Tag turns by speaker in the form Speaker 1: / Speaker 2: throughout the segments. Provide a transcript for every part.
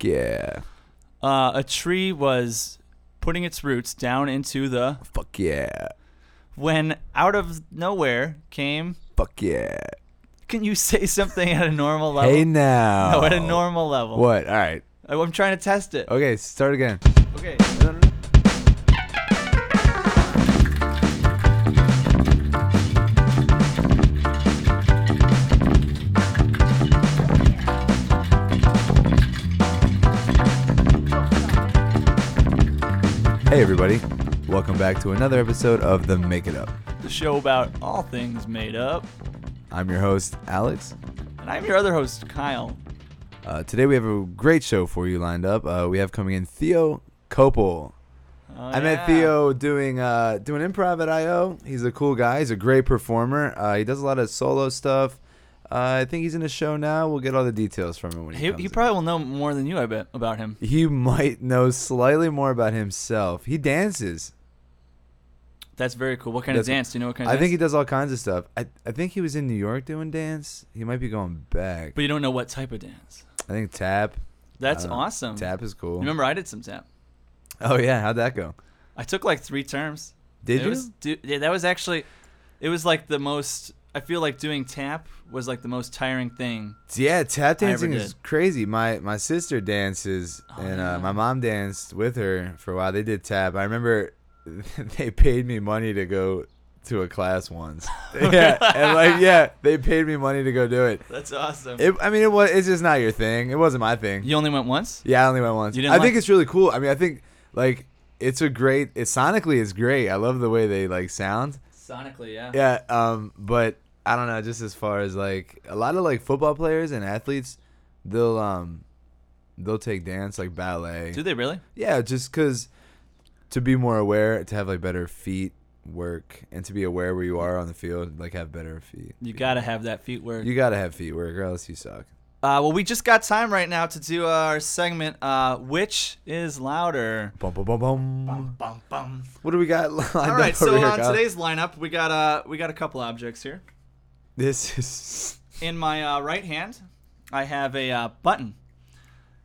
Speaker 1: yeah.
Speaker 2: Uh, a tree was putting its roots down into the
Speaker 1: Fuck yeah.
Speaker 2: when out of nowhere came.
Speaker 1: Fuck yeah.
Speaker 2: Can you say something at a normal level?
Speaker 1: Hey now.
Speaker 2: no, at a normal level.
Speaker 1: What? All right.
Speaker 2: I- I'm trying to test it.
Speaker 1: Okay, start again.
Speaker 2: Okay.
Speaker 1: Hey everybody. Welcome back to another episode of The Make It Up.
Speaker 2: The show about all things made up.
Speaker 1: I'm your host, Alex.
Speaker 2: And I'm your other host, Kyle.
Speaker 1: Uh, today we have a great show for you lined up. Uh, we have coming in Theo Copel.
Speaker 2: Oh,
Speaker 1: I met
Speaker 2: yeah.
Speaker 1: Theo doing uh, doing improv at IO. He's a cool guy. He's a great performer. Uh, he does a lot of solo stuff. Uh, I think he's in a show now. We'll get all the details from him when he,
Speaker 2: He,
Speaker 1: comes.
Speaker 2: he
Speaker 1: in.
Speaker 2: probably will know more than you, I bet, about him.
Speaker 1: He might know slightly more about himself. He dances.
Speaker 2: That's very cool. What kind of
Speaker 1: That's-
Speaker 2: dance? Do you know what kind of
Speaker 1: I
Speaker 2: dance?
Speaker 1: think he does all kinds of stuff. I, I think he was in New York doing dance. He might be going back.
Speaker 2: but you don't know what type of dance.
Speaker 1: I think tap.
Speaker 2: That's
Speaker 1: Uh,
Speaker 2: awesome.
Speaker 1: Tap is cool.
Speaker 2: Um, Remember, I did some tap.
Speaker 1: Oh yeah, how'd that go?
Speaker 2: I took like three terms.
Speaker 1: Did
Speaker 2: it
Speaker 1: you?
Speaker 2: Was, du- yeah, that was actually, it was like the most. I feel like doing tap was like the most tiring thing.
Speaker 1: Yeah, tap
Speaker 2: I ever
Speaker 1: dancing is crazy. My my sister dances,
Speaker 2: Oh,
Speaker 1: and
Speaker 2: yeah.
Speaker 1: uh, my mom danced with her for a while. They did tap. I remember they paid me money to go to a class once. yeah, and like yeah, they paid me money to go do it.
Speaker 2: That's awesome.
Speaker 1: it I mean, it was it's just not your thing. It wasn't my thing.
Speaker 2: you only went once.
Speaker 1: Yeah, I only went once.
Speaker 2: You
Speaker 1: I
Speaker 2: didn't like-
Speaker 1: think it's really cool. I mean, I think like it's a great. It sonically is great. I love the way they like sound.
Speaker 2: Sonically, yeah.
Speaker 1: Yeah. Um. But I don't know. Just as far as like a lot of like football players and athletes, they'll um, they'll take dance like ballet.
Speaker 2: Do they really?
Speaker 1: Yeah. Just because to be more aware, to have like better feet work, and to be aware where you are on the field, like have better feet.
Speaker 2: You gotta have that feet work.
Speaker 1: You gotta have feet work, or else you suck.
Speaker 2: Uh, well, we just got time right now to do our segment. Uh, which is louder?
Speaker 1: Bum, bum, bum, bum.
Speaker 2: bum, bum.
Speaker 1: What do we got lined
Speaker 2: All right.
Speaker 1: up over
Speaker 2: So
Speaker 1: here,
Speaker 2: on
Speaker 1: Kyle?
Speaker 2: today's lineup, we got uh, we got a couple objects here.
Speaker 1: This is
Speaker 2: In my uh, right hand, I have a uh, button.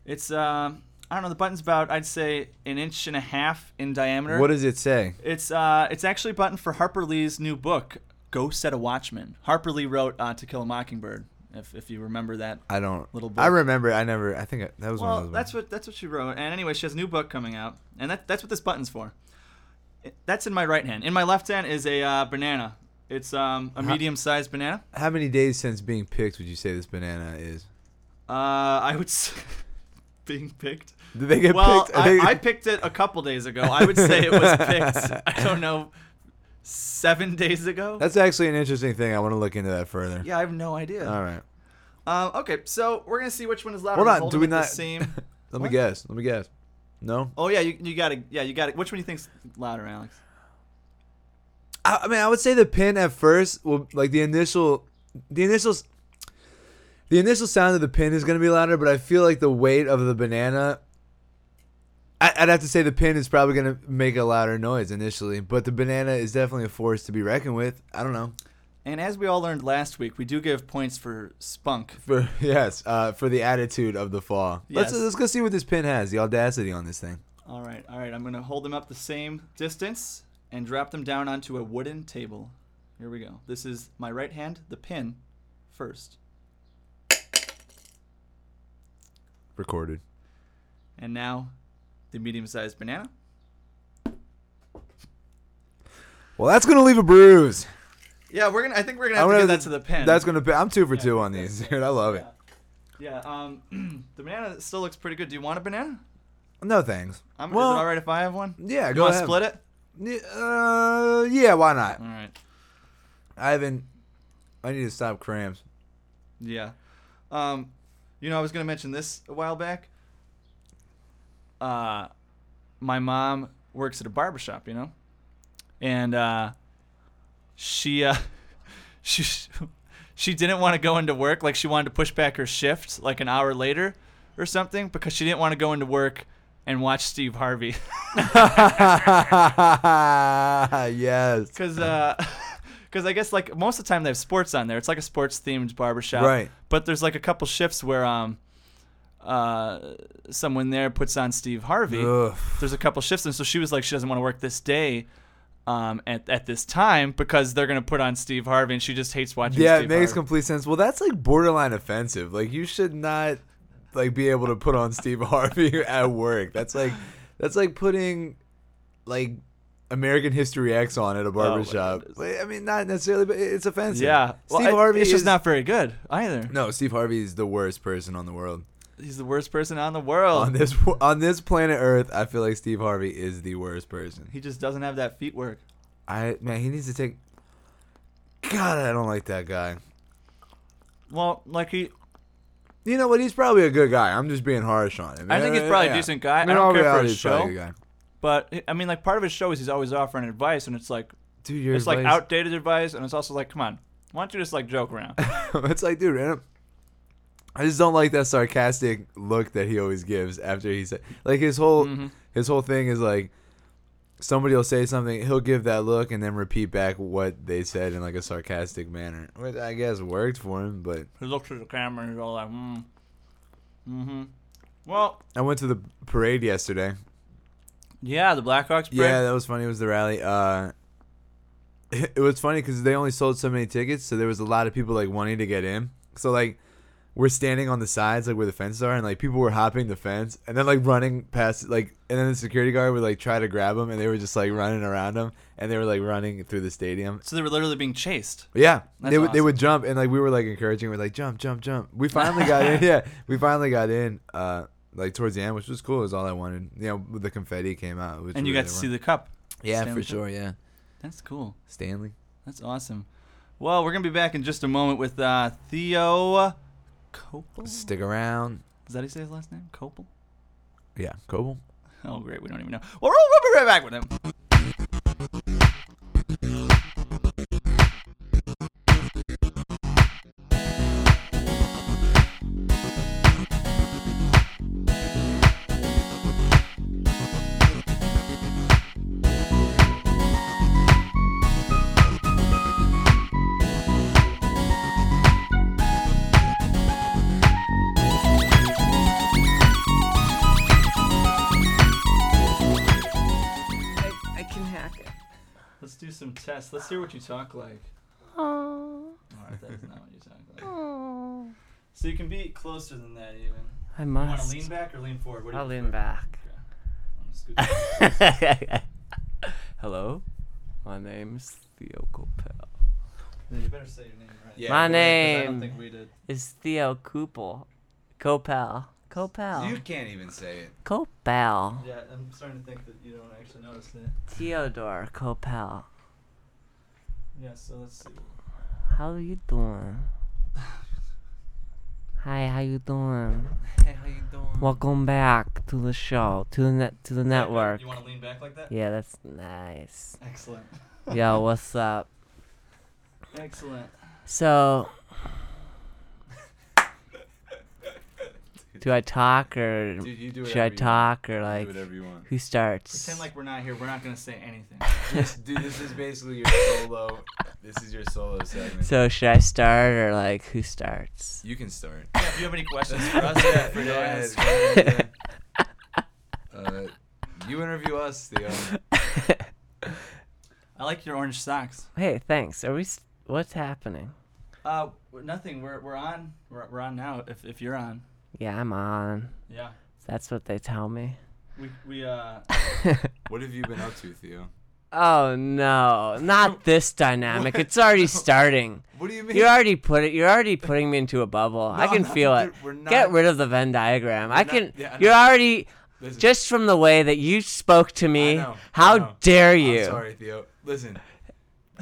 Speaker 2: It's uh, I don't know. The button's about I'd say an inch and a half in diameter.
Speaker 1: What does it say?
Speaker 2: It's uh, it's actually a button for Harper Lee's new book, Ghost at a Watchman. Harper Lee wrote uh, To Kill a Mockingbird, if if you remember that.
Speaker 1: I don't.
Speaker 2: Little
Speaker 1: I
Speaker 2: book.
Speaker 1: remember. I never. I think I, that was one
Speaker 2: Well,
Speaker 1: of those.
Speaker 2: that's what that's what she wrote. And anyway, she has a new book coming out, and that that's what this button's for. It- That's in my right hand. In my left hand is a uh, banana. It's um, a medium-sized banana.
Speaker 1: ones. How many days since being picked would you say this banana is?
Speaker 2: Uh, I would say being picked.
Speaker 1: Did they get
Speaker 2: well,
Speaker 1: picked? Are
Speaker 2: I,
Speaker 1: they-
Speaker 2: I picked it a couple days ago. I would say it was picked. I don't know, seven days ago.
Speaker 1: that's actually an interesting thing. I want to look into that further.
Speaker 2: yeah, I have no idea.
Speaker 1: All right.
Speaker 2: Um, okay, so we're gonna see which one is louder.
Speaker 1: Hold
Speaker 2: We'll
Speaker 1: on.
Speaker 2: hold
Speaker 1: Do
Speaker 2: them
Speaker 1: we
Speaker 2: at the
Speaker 1: not?
Speaker 2: same?
Speaker 1: Let me
Speaker 2: What?
Speaker 1: guess. Let me guess. No.
Speaker 2: Oh yeah, you, you got to yeah you got to Which one do you think's louder, Alex?
Speaker 1: I, I mean, I would say the pin at first will like the initial, the initials, the initial sound of the pin is gonna be louder, but I feel like the weight of the banana. I, I'd have to say the pin is probably gonna make a louder noise initially, but the banana is definitely a force to be reckoned with. I don't know.
Speaker 2: And as we all learned last week, we do give points for spunk.
Speaker 1: For yes, uh, for the attitude of the fall. Let's
Speaker 2: Yes.
Speaker 1: let's go see what this pin has. The audacity on this thing.
Speaker 2: All right, all right. I'm gonna hold them up the same distance and drop them down onto a wooden table. Here we go. This is my right hand, the pin, first,
Speaker 1: Recorded.
Speaker 2: and now the medium-sized banana.
Speaker 1: Well, that's gonna leave a bruise.
Speaker 2: Yeah, we're gonna. I think we're gonna
Speaker 1: I'm
Speaker 2: have to
Speaker 1: gonna-
Speaker 2: give that to the pin.
Speaker 1: That's gonna. be- I'm two for two on these, dude. I love it.
Speaker 2: yeah. Um, the banana still looks pretty good. Do you want a banana?
Speaker 1: No thanks.
Speaker 2: I'm,
Speaker 1: Well,
Speaker 2: is it all right if I have one?
Speaker 1: Yeah,
Speaker 2: you
Speaker 1: go
Speaker 2: wanna
Speaker 1: ahead.
Speaker 2: Split it.
Speaker 1: Yeah, Uh, yeah, why not?
Speaker 2: All right.
Speaker 1: I haven't. I need to stop cramps.
Speaker 2: Yeah. Um, you know, I was gonna mention this a while back. Uh, my mom works at a barber shop, you know, and uh, she uh, she she didn't want to go into work. Like she wanted to push back her shift, like an hour later or something, because she didn't want to go into work and watch Steve Harvey.
Speaker 1: yes.
Speaker 2: Because uh, I guess like most of the time they have sports on there. It's like a sports themed barbershop.
Speaker 1: Right.
Speaker 2: But there's like a couple shifts where um, uh, uh, someone there puts on Steve Harvey.
Speaker 1: Ugh.
Speaker 2: There's a couple shifts, and so she was like, she doesn't want to work this day. Um, at, at this time because they're gonna put on Steve Harvey and she just hates watching.
Speaker 1: Yeah, it
Speaker 2: Steve
Speaker 1: makes
Speaker 2: Harvey.
Speaker 1: complete sense. Well, that's like borderline offensive. Like you should not like be able to put on Steve Harvey at work. That's like that's like putting like American History X on at a
Speaker 2: God,
Speaker 1: barbershop. Like, I mean, not necessarily, but it's offensive.
Speaker 2: yeah. Well,
Speaker 1: Steve
Speaker 2: I-
Speaker 1: Harvey
Speaker 2: it's
Speaker 1: is
Speaker 2: just not very good either.
Speaker 1: No, Steve Harvey is the worst person on the world.
Speaker 2: He's the worst person on the world.
Speaker 1: On this on this planet Earth, I feel like Steve Harvey is the worst person.
Speaker 2: he just doesn't have that feet work.
Speaker 1: I man, he needs to take. God, I don't like that guy.
Speaker 2: Well, like he,
Speaker 1: You know what? He's probably a good guy. I'm just being harsh on him.
Speaker 2: I think he's probably a decent guy. I
Speaker 1: In
Speaker 2: don't
Speaker 1: all
Speaker 2: care for
Speaker 1: reality,
Speaker 2: his
Speaker 1: he's probably a
Speaker 2: show.
Speaker 1: good guy.
Speaker 2: but I mean, like part of his show is he's always offering advice, and it's like
Speaker 1: Dude, your
Speaker 2: it's like
Speaker 1: advice-
Speaker 2: outdated advice, and it's also like, come on, why don't you just like joke around?
Speaker 1: it's like, dude, man, I just don't like that sarcastic look that he always gives after he said, like his whole
Speaker 2: Mm-hmm.
Speaker 1: his whole thing is like somebody will say something, he'll give that look and then repeat back what they said in like a sarcastic manner, which I guess worked for him. But
Speaker 2: he looks at the camera and he's all like, hmm, mm-hmm. Well,
Speaker 1: I went to the parade yesterday.
Speaker 2: yeah, the Blackhawks. Parade.
Speaker 1: Yeah, that was funny. It was the rally. Uh, it was funny because they only sold so many tickets, so there was a lot of people like wanting to get in. So like, we're standing on the sides, like where the fences are, and like people were hopping the fence and then like running past, like, and then the security guard would like try to grab them, and they were just like running around them, and they were like running through the stadium.
Speaker 2: So they were literally being chased.
Speaker 1: But yeah,
Speaker 2: That's
Speaker 1: they would they
Speaker 2: awesome.
Speaker 1: would jump, and like we were like encouraging, we're like jump, jump, jump. We finally got in. Yeah, we finally got in. Uh, like towards the end, which was cool. Is all I wanted. You know, the confetti came out, which
Speaker 2: And you
Speaker 1: really
Speaker 2: got to
Speaker 1: were-
Speaker 2: see the cup.
Speaker 1: yeah,
Speaker 2: Stanley
Speaker 1: for
Speaker 2: Cup.
Speaker 1: sure. Yeah,
Speaker 2: That's cool.
Speaker 1: Stanley.
Speaker 2: That's awesome. Well, we're gonna be back in just a moment with uh, Theo Copel. Does
Speaker 1: Stick around.
Speaker 2: that he say his last name? Copel.
Speaker 1: Yeah, Coble.
Speaker 2: Oh, great. We don't even know. Well, we'll we'll be right back with him.
Speaker 3: I, I can hack it.
Speaker 2: Let's do some tests. Let's hear what you talk like. Alright, that is not what you talk like. So you can be closer than that even.
Speaker 4: I
Speaker 2: You want to
Speaker 4: must.
Speaker 2: lean back or lean forward? What do you
Speaker 4: I'll lean back.
Speaker 2: prefer? Okay. I'm gonna scoot
Speaker 4: Hello, my name's Theo Coppell.
Speaker 2: you you better say your name right.
Speaker 1: Yeah.
Speaker 4: My
Speaker 2: 'cause I don't
Speaker 4: name
Speaker 2: think we did.
Speaker 4: is Theo Koopel. Coppell.
Speaker 1: You
Speaker 4: Coppell.
Speaker 1: can't even say it.
Speaker 4: Coppell.
Speaker 2: Yeah, I'm starting to think that you don't actually notice it.
Speaker 4: Theodore Coppell.
Speaker 2: Yeah, so let's see.
Speaker 4: How you doing? Hi, how you doing?
Speaker 2: Hey, how you doing?
Speaker 4: Welcome back to the show, to the net, to the network.
Speaker 2: You want to lean back like that?
Speaker 4: Yeah, that's nice.
Speaker 2: Excellent.
Speaker 4: Yo, what's up?
Speaker 2: Excellent.
Speaker 4: So, do I talk or
Speaker 1: Dude, you do
Speaker 4: should I talk or like
Speaker 1: you want.
Speaker 4: who starts?
Speaker 2: Pretend like we're not here. We're not gonna say anything.
Speaker 1: Dude, this is basically your solo. This is your solo segment.
Speaker 4: So should I start or like who starts?
Speaker 1: you can start.
Speaker 2: yeah, if you have any questions for us, yeah, for us.
Speaker 1: Uh, you interview us, Theo.
Speaker 2: I like your orange socks.
Speaker 4: Hey, thanks. Are we? s what's happening?
Speaker 2: Uh, we're- nothing. We're we're on. We're, we're on now. If if you're on.
Speaker 4: Yeah, I'm on.
Speaker 2: Yeah.
Speaker 4: That's what they tell me.
Speaker 2: We we uh.
Speaker 1: What have you been up to, Theo?
Speaker 4: Oh no, not this dynamic. It's already starting.
Speaker 1: What do you mean?
Speaker 4: You're already put it. You're already putting me into a bubble. I
Speaker 1: No,
Speaker 4: can
Speaker 1: no,
Speaker 4: feel it.
Speaker 1: dude, we're not-
Speaker 4: Get rid of the Venn diagram. I can.
Speaker 1: yeah, I
Speaker 4: you're already.
Speaker 1: Listen,
Speaker 4: Just from the way that you spoke to me,
Speaker 1: know, I
Speaker 4: how
Speaker 1: know.
Speaker 4: dare
Speaker 1: I'm
Speaker 4: you?
Speaker 1: sorry, Theo. Listen,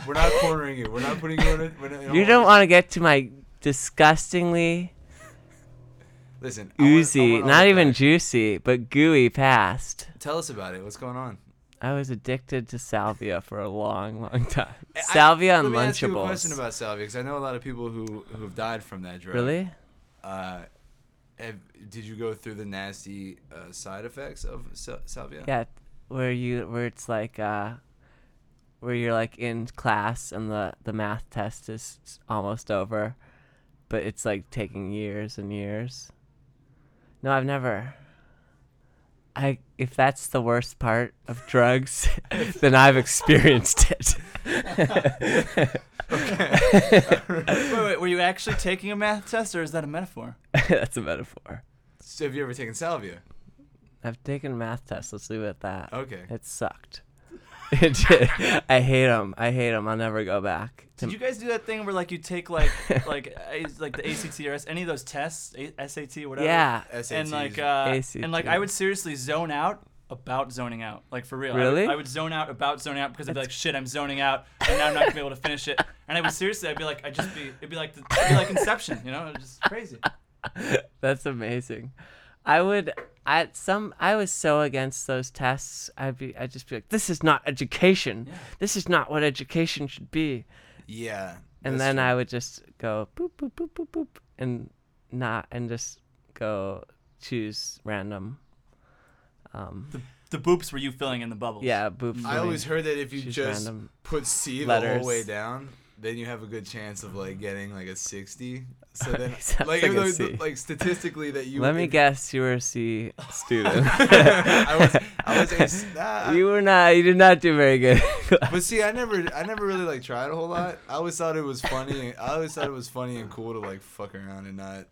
Speaker 1: we're not cornering you. We're not putting you in. A, we're not, in a
Speaker 4: You
Speaker 1: hole.
Speaker 4: don't want to get to my disgustingly
Speaker 1: Listen, I want- I
Speaker 4: oozy,
Speaker 1: want all
Speaker 4: not
Speaker 1: the
Speaker 4: even
Speaker 1: facts.
Speaker 4: juicy, but gooey past.
Speaker 1: Tell us about it. What's going on?
Speaker 4: I was addicted to salvia for a long, long time.
Speaker 1: Eh, I-
Speaker 4: Salvia and
Speaker 1: Let me ask you a question
Speaker 4: Lunchables.
Speaker 1: about salvia, because I know a lot of people who who've died from that drug.
Speaker 4: Really?
Speaker 1: Uh, have, did you go through the nasty uh, side effects of sal- salvia?
Speaker 4: Yeah, where you where it's like uh, where you're like in class and the the math test is s- almost over, but it's like taking years and years. No, I've never. I if that's the worst part of drugs, then I've experienced it.
Speaker 2: Wait, wait, were you actually taking a math test, or is that a metaphor?
Speaker 4: that's a metaphor.
Speaker 1: So have you ever taken Salvia?
Speaker 4: I've taken math tests. Let's leave it at that.
Speaker 1: Okay.
Speaker 4: It sucked. It did. I hate them. I hate them. I'll never go back. to-
Speaker 2: Did you guys do that thing where like you take like like A- like the ACT or S- any of those tests, A- SAT, whatever?
Speaker 4: yeah.
Speaker 2: And
Speaker 1: SATs.
Speaker 2: like uh, and like
Speaker 4: ACT.
Speaker 2: I would seriously zone out about zoning out, like for real. I would- I
Speaker 4: Really?
Speaker 2: would, zone out about zoning out because I'd be like, shit, I'm zoning out, and now I'm not gonna be able to finish it. And I would seriously, I'd be like, I'd just be, it'd be like, the, it'd be like Inception, you know? It was just crazy.
Speaker 4: That's amazing. I would at some I was so against those tests. I'd be I'd just be like, This is not education. This is not what education should be.
Speaker 1: yeah.
Speaker 4: And
Speaker 1: that's
Speaker 4: then
Speaker 1: true.
Speaker 4: I would just go boop boop boop boop boop and not and just go choose random. Um
Speaker 2: The, the boops were you filling in the bubbles.
Speaker 4: yeah, boop.
Speaker 1: I always
Speaker 4: booping.
Speaker 1: heard that if you
Speaker 4: Choose
Speaker 1: just
Speaker 4: random
Speaker 1: put C the
Speaker 4: letters.
Speaker 1: whole way down, then you have a good chance of like getting like a sixty. So then,
Speaker 4: Sounds
Speaker 1: like,
Speaker 4: like
Speaker 1: even
Speaker 4: a
Speaker 1: though,
Speaker 4: C.
Speaker 1: like statistically, that you
Speaker 4: Let me
Speaker 1: if-
Speaker 4: guess you were a C student.
Speaker 1: I was, I was a s- nah,
Speaker 4: you were not you did not do very good.
Speaker 1: But see, I never, I never really like tried a whole lot. I always thought it was funny. I always thought it was funny and cool to like fuck around and not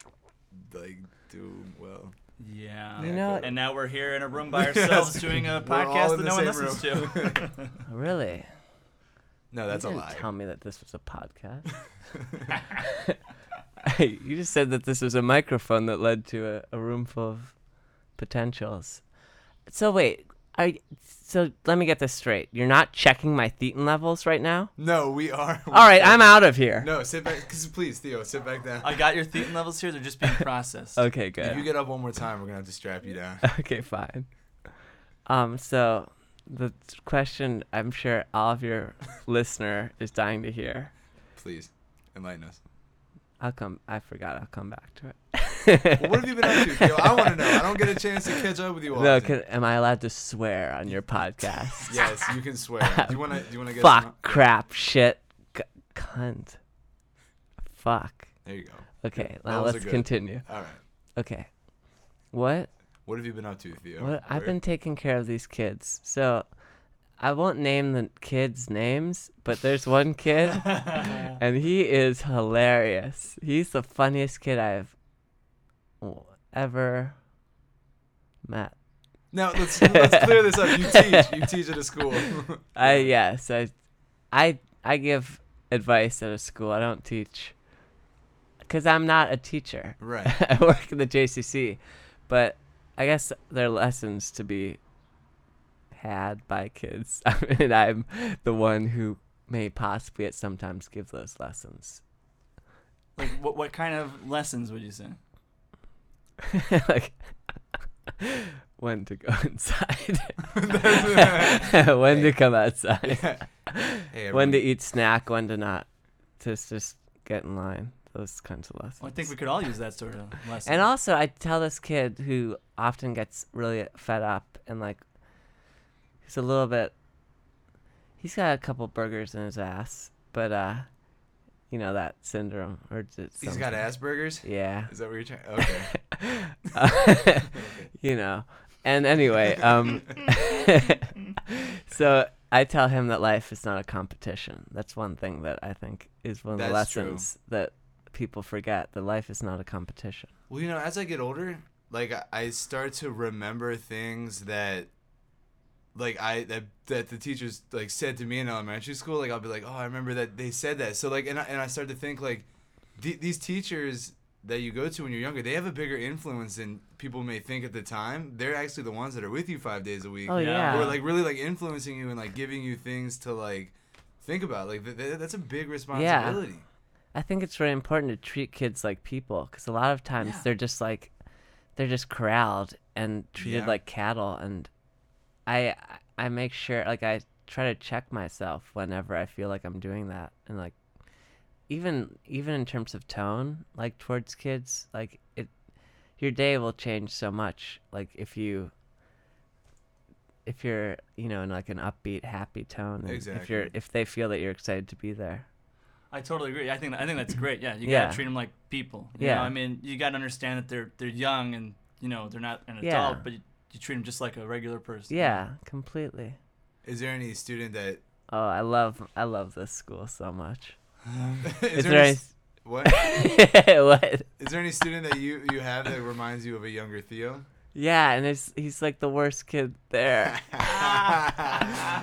Speaker 1: like do well.
Speaker 2: Yeah.
Speaker 4: You know-
Speaker 2: And now we're here in a room by ourselves doing a
Speaker 1: We're all
Speaker 2: podcast
Speaker 1: in the
Speaker 2: that no one
Speaker 1: same
Speaker 2: listens
Speaker 1: room.
Speaker 2: to.
Speaker 4: really?
Speaker 1: No, that's
Speaker 4: you
Speaker 1: a
Speaker 4: didn't
Speaker 1: lie.
Speaker 4: Tell me that this was a podcast. you just said that this was a microphone that led to a, a room full of potentials. So wait, are y- so let me get this straight. You're not checking my thetan levels right now.
Speaker 1: Oh, No, we are.
Speaker 4: All right, I'm out of here.
Speaker 1: No, sit back. 'cause Please, Theo, sit back down.
Speaker 2: I got your thetan levels here. They're just being processed.
Speaker 4: Okay,
Speaker 1: If you
Speaker 4: good.
Speaker 1: get up one more time, we're gonna have to strap you down.
Speaker 4: Okay, fine. Um, so the t- question I'm sure all of your listener is dying to hear.
Speaker 1: Please, enlighten us.
Speaker 4: I'll come. I forgot. I'll come back to it.
Speaker 1: Well, what have you been up to, Theo? I want to know. I don't get a chance to catch up with you all.
Speaker 4: No,
Speaker 1: often.
Speaker 4: can, am I allowed to swear on your podcast?
Speaker 1: Yes, you can swear. Do you wanna? Do you wanna get?
Speaker 4: Fuck, crap, shit, c- cunt. Fuck.
Speaker 1: There you go.
Speaker 4: Okay,
Speaker 1: those
Speaker 4: now
Speaker 1: are
Speaker 4: let's
Speaker 1: good.
Speaker 4: continue.
Speaker 1: All right.
Speaker 4: Okay. What?
Speaker 1: What have you been up to, Theo?
Speaker 4: What? I've
Speaker 1: Where-
Speaker 4: been taking care of these kids. So I won't name the kids' names, but there's one kid, and he is hilarious. He's the funniest kid I've w- ever met.
Speaker 1: Now let's let's clear this up. You teach. You teach at a school.
Speaker 4: I yes, I, I I give advice at a school. I don't teach, cause I'm not a teacher.
Speaker 1: right.
Speaker 4: I work in the JCC, but I guess there are lessons to be had by kids. I mean, I'm the one who may possibly at sometimes give those lessons.
Speaker 2: Like, what, what kind of lessons would you say?
Speaker 4: like when to go inside, when to come outside,
Speaker 1: Hey,
Speaker 4: when
Speaker 1: everyone.
Speaker 4: to eat snack, when to not. Just just get in line. Those kinds of lessons.
Speaker 2: Well, I think we could all use that sort of lesson.
Speaker 4: And also, I tell this kid who often gets really fed up and like, he's a little bit. He's got a couple burgers in his ass, but uh, you know that syndrome or just
Speaker 1: He's got Asperger's.
Speaker 4: Yeah,
Speaker 1: Is that what you're trying? Okay.
Speaker 4: you know. And anyway, um, so I tell him that life is not a competition. That's one thing that I think is one of the
Speaker 1: That's true.
Speaker 4: lessons that people forget that life is not a competition.
Speaker 1: Well, you know, as I get older, like I- I start to remember things that, like I that that the teachers like said to me in elementary school. Like I'll be like, oh, I remember that they said that. So like, and I, and I start to think like, the these teachers that you go to when you're younger, they have a bigger influence than people may think at the time. They're actually the ones that are with you five days a week.
Speaker 4: Oh
Speaker 2: Yeah.
Speaker 4: yeah,
Speaker 1: who are like really like influencing you and like giving you things to like think about. Like th- th- that's a big responsibility.
Speaker 4: I think it's really important to treat kids like people because a lot of times they're just like they're just corralled and treated
Speaker 1: Yeah.
Speaker 4: like cattle and I I make sure like I try to check myself whenever I feel like I'm doing that and like even even in terms of tone like towards kids like it your day will change so much like if you if you're you know in like an upbeat happy tone and if you're
Speaker 1: Exactly.
Speaker 4: if they feel that you're excited to be there
Speaker 2: I totally agree. I think I think that's great. Yeah, you
Speaker 4: Yeah.
Speaker 2: gotta treat them like people. You
Speaker 4: Yeah.
Speaker 2: know, I mean, you gotta understand that they're they're young and you know they're not an
Speaker 4: Yeah.
Speaker 2: adult, but you, you treat them just like a regular person.
Speaker 4: Yeah, completely.
Speaker 1: Is there any student that
Speaker 4: Oh, I love I love this school so much.
Speaker 1: is, there,
Speaker 4: Is there
Speaker 1: any,
Speaker 4: any-
Speaker 1: s- what
Speaker 4: what?
Speaker 1: is there any student that you you have that reminds you of a younger Theo?
Speaker 4: Yeah, and it's he's like the worst kid there.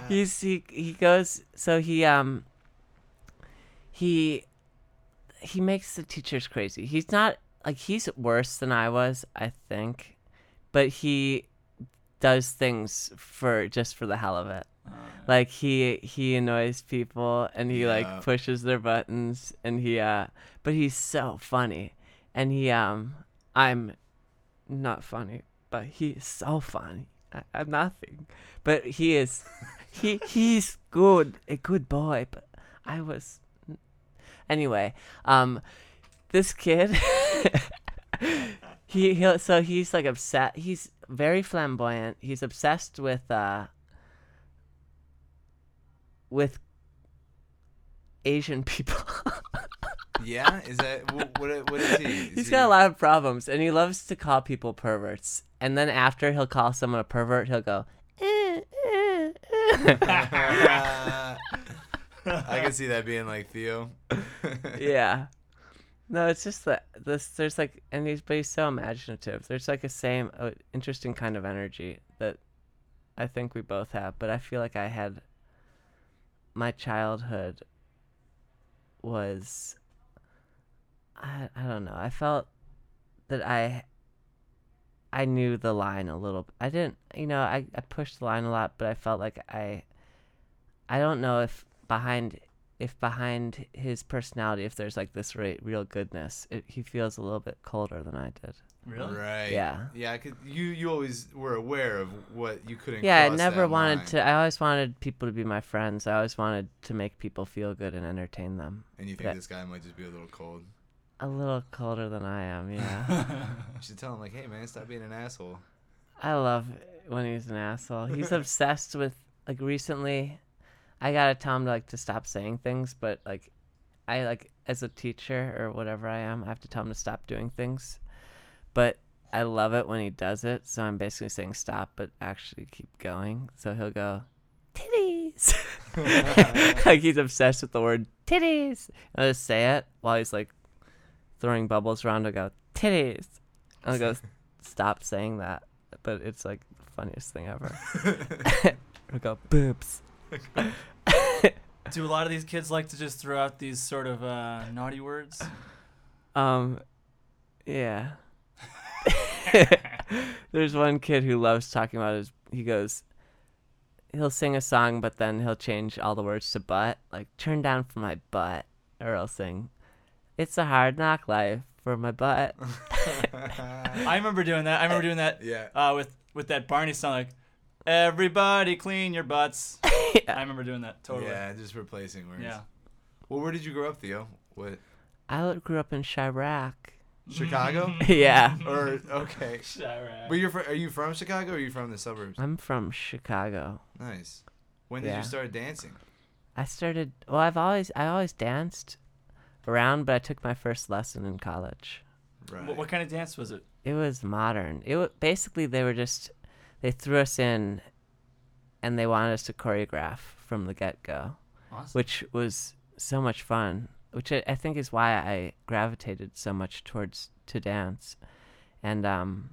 Speaker 4: he's he he goes so he um he he makes the teachers crazy. He's not like he's worse than I was, I think, but he does things for just for the hell of it.
Speaker 2: Uh,
Speaker 4: Like he he annoys people and he
Speaker 1: Yeah.
Speaker 4: like pushes their buttons and he uh but he's so funny and he um I'm not funny, but he's so funny. I, I'm nothing, but he is he he's good a good boy. But I was anyway. Um, this kid. He he so he's like upset. He's very flamboyant. He's obsessed with uh with Asian people.
Speaker 1: Yeah, is that what? What, what is he? Is
Speaker 4: He's
Speaker 1: he-
Speaker 4: got a lot of problems, and he loves to call people perverts. And then after he'll call someone a pervert, he'll go. "Eh, eh, eh."
Speaker 1: I can see that being like Theo.
Speaker 4: yeah. No, it's just that this there's like and he's but he's so imaginative. There's like a same uh, interesting kind of energy that I think we both have, but I feel like I had my childhood was I I don't know. I felt that I I knew the line a little. I didn't, you know, I, I pushed the line a lot, but I felt like I I don't know if behind if behind his personality, if there's like this re- real goodness, it, he feels a little bit colder than I did.
Speaker 2: Really?
Speaker 1: Right.
Speaker 4: Yeah.
Speaker 1: Yeah. I could, you you always were aware of what you couldn't.
Speaker 4: Yeah, I
Speaker 1: cross
Speaker 4: never
Speaker 1: that
Speaker 4: wanted
Speaker 1: line,
Speaker 4: to. I always wanted people to be my friends. I always wanted to make people feel good and entertain them.
Speaker 1: And you think
Speaker 4: but-
Speaker 1: this guy might just be a little cold?
Speaker 4: A little colder than I am. Yeah,
Speaker 1: You should tell him like, hey man, stop being an asshole.
Speaker 4: I love when he's an asshole. He's obsessed with like recently. I gotta tell him to like to stop saying things, but like, I like as a teacher or whatever I am, I have to tell him to stop doing things. but I love it when he does it. So I'm basically saying stop, but actually keep going. So he'll go, titties. like he's obsessed with the word titties. And I'll just say it while he's like throwing bubbles around. I'll go, titties. And I'll go, stop saying that. But it's like the funniest thing ever. I'll go, boobs.
Speaker 2: Do a lot of these kids like to just throw out these sort of uh, naughty words?
Speaker 4: Um, yeah. There's one kid who loves talking about his. He goes, he'll sing a song, but then he'll change all the words to "butt," like "turn down for my butt," or he'll sing, "It's a hard knock life for my butt."
Speaker 2: I remember doing that. I remember doing that
Speaker 1: Yeah.
Speaker 2: uh, with with that Barney song, like "Everybody clean your butts." I remember doing that totally. Yeah.
Speaker 1: Yeah, just replacing words. Well, where did you grow up, Theo? What?
Speaker 4: I grew up in Chirac.
Speaker 1: Chicago?
Speaker 4: yeah,
Speaker 1: or okay. But you're fr- are you from Chicago or are you from the suburbs?
Speaker 4: I'm from Chicago.
Speaker 1: Nice. When did
Speaker 4: Yeah.
Speaker 1: you start dancing?
Speaker 4: I started. Well, I've always I always danced around, but I took my first lesson in college.
Speaker 1: Right.
Speaker 2: What, what kind of dance was it?
Speaker 4: It was modern. It wa basically they were just they threw us in, and they wanted us to choreograph from the get go,
Speaker 2: Awesome.
Speaker 4: which was so much fun. Which I, I think is why I gravitated so much towards to dance, and um.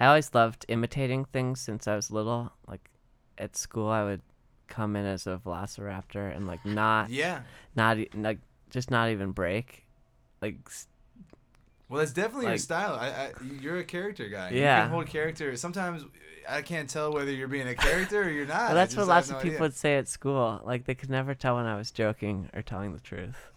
Speaker 4: I always loved imitating things since I was little. Like at school, I would come in as a velociraptor and like not,
Speaker 1: Yeah.
Speaker 4: not e- like just not even break, like s-
Speaker 1: Well, that's definitely your
Speaker 4: Like-
Speaker 1: style. I, I, you're a character guy. You
Speaker 4: Yeah.
Speaker 1: can hold character. Sometimes I can't tell whether you're being a character or you're not.
Speaker 4: Well,
Speaker 1: I
Speaker 4: that's
Speaker 1: just
Speaker 4: what lots
Speaker 1: have
Speaker 4: of
Speaker 1: no
Speaker 4: people would say at school. Like they could never tell when I was joking or telling the truth.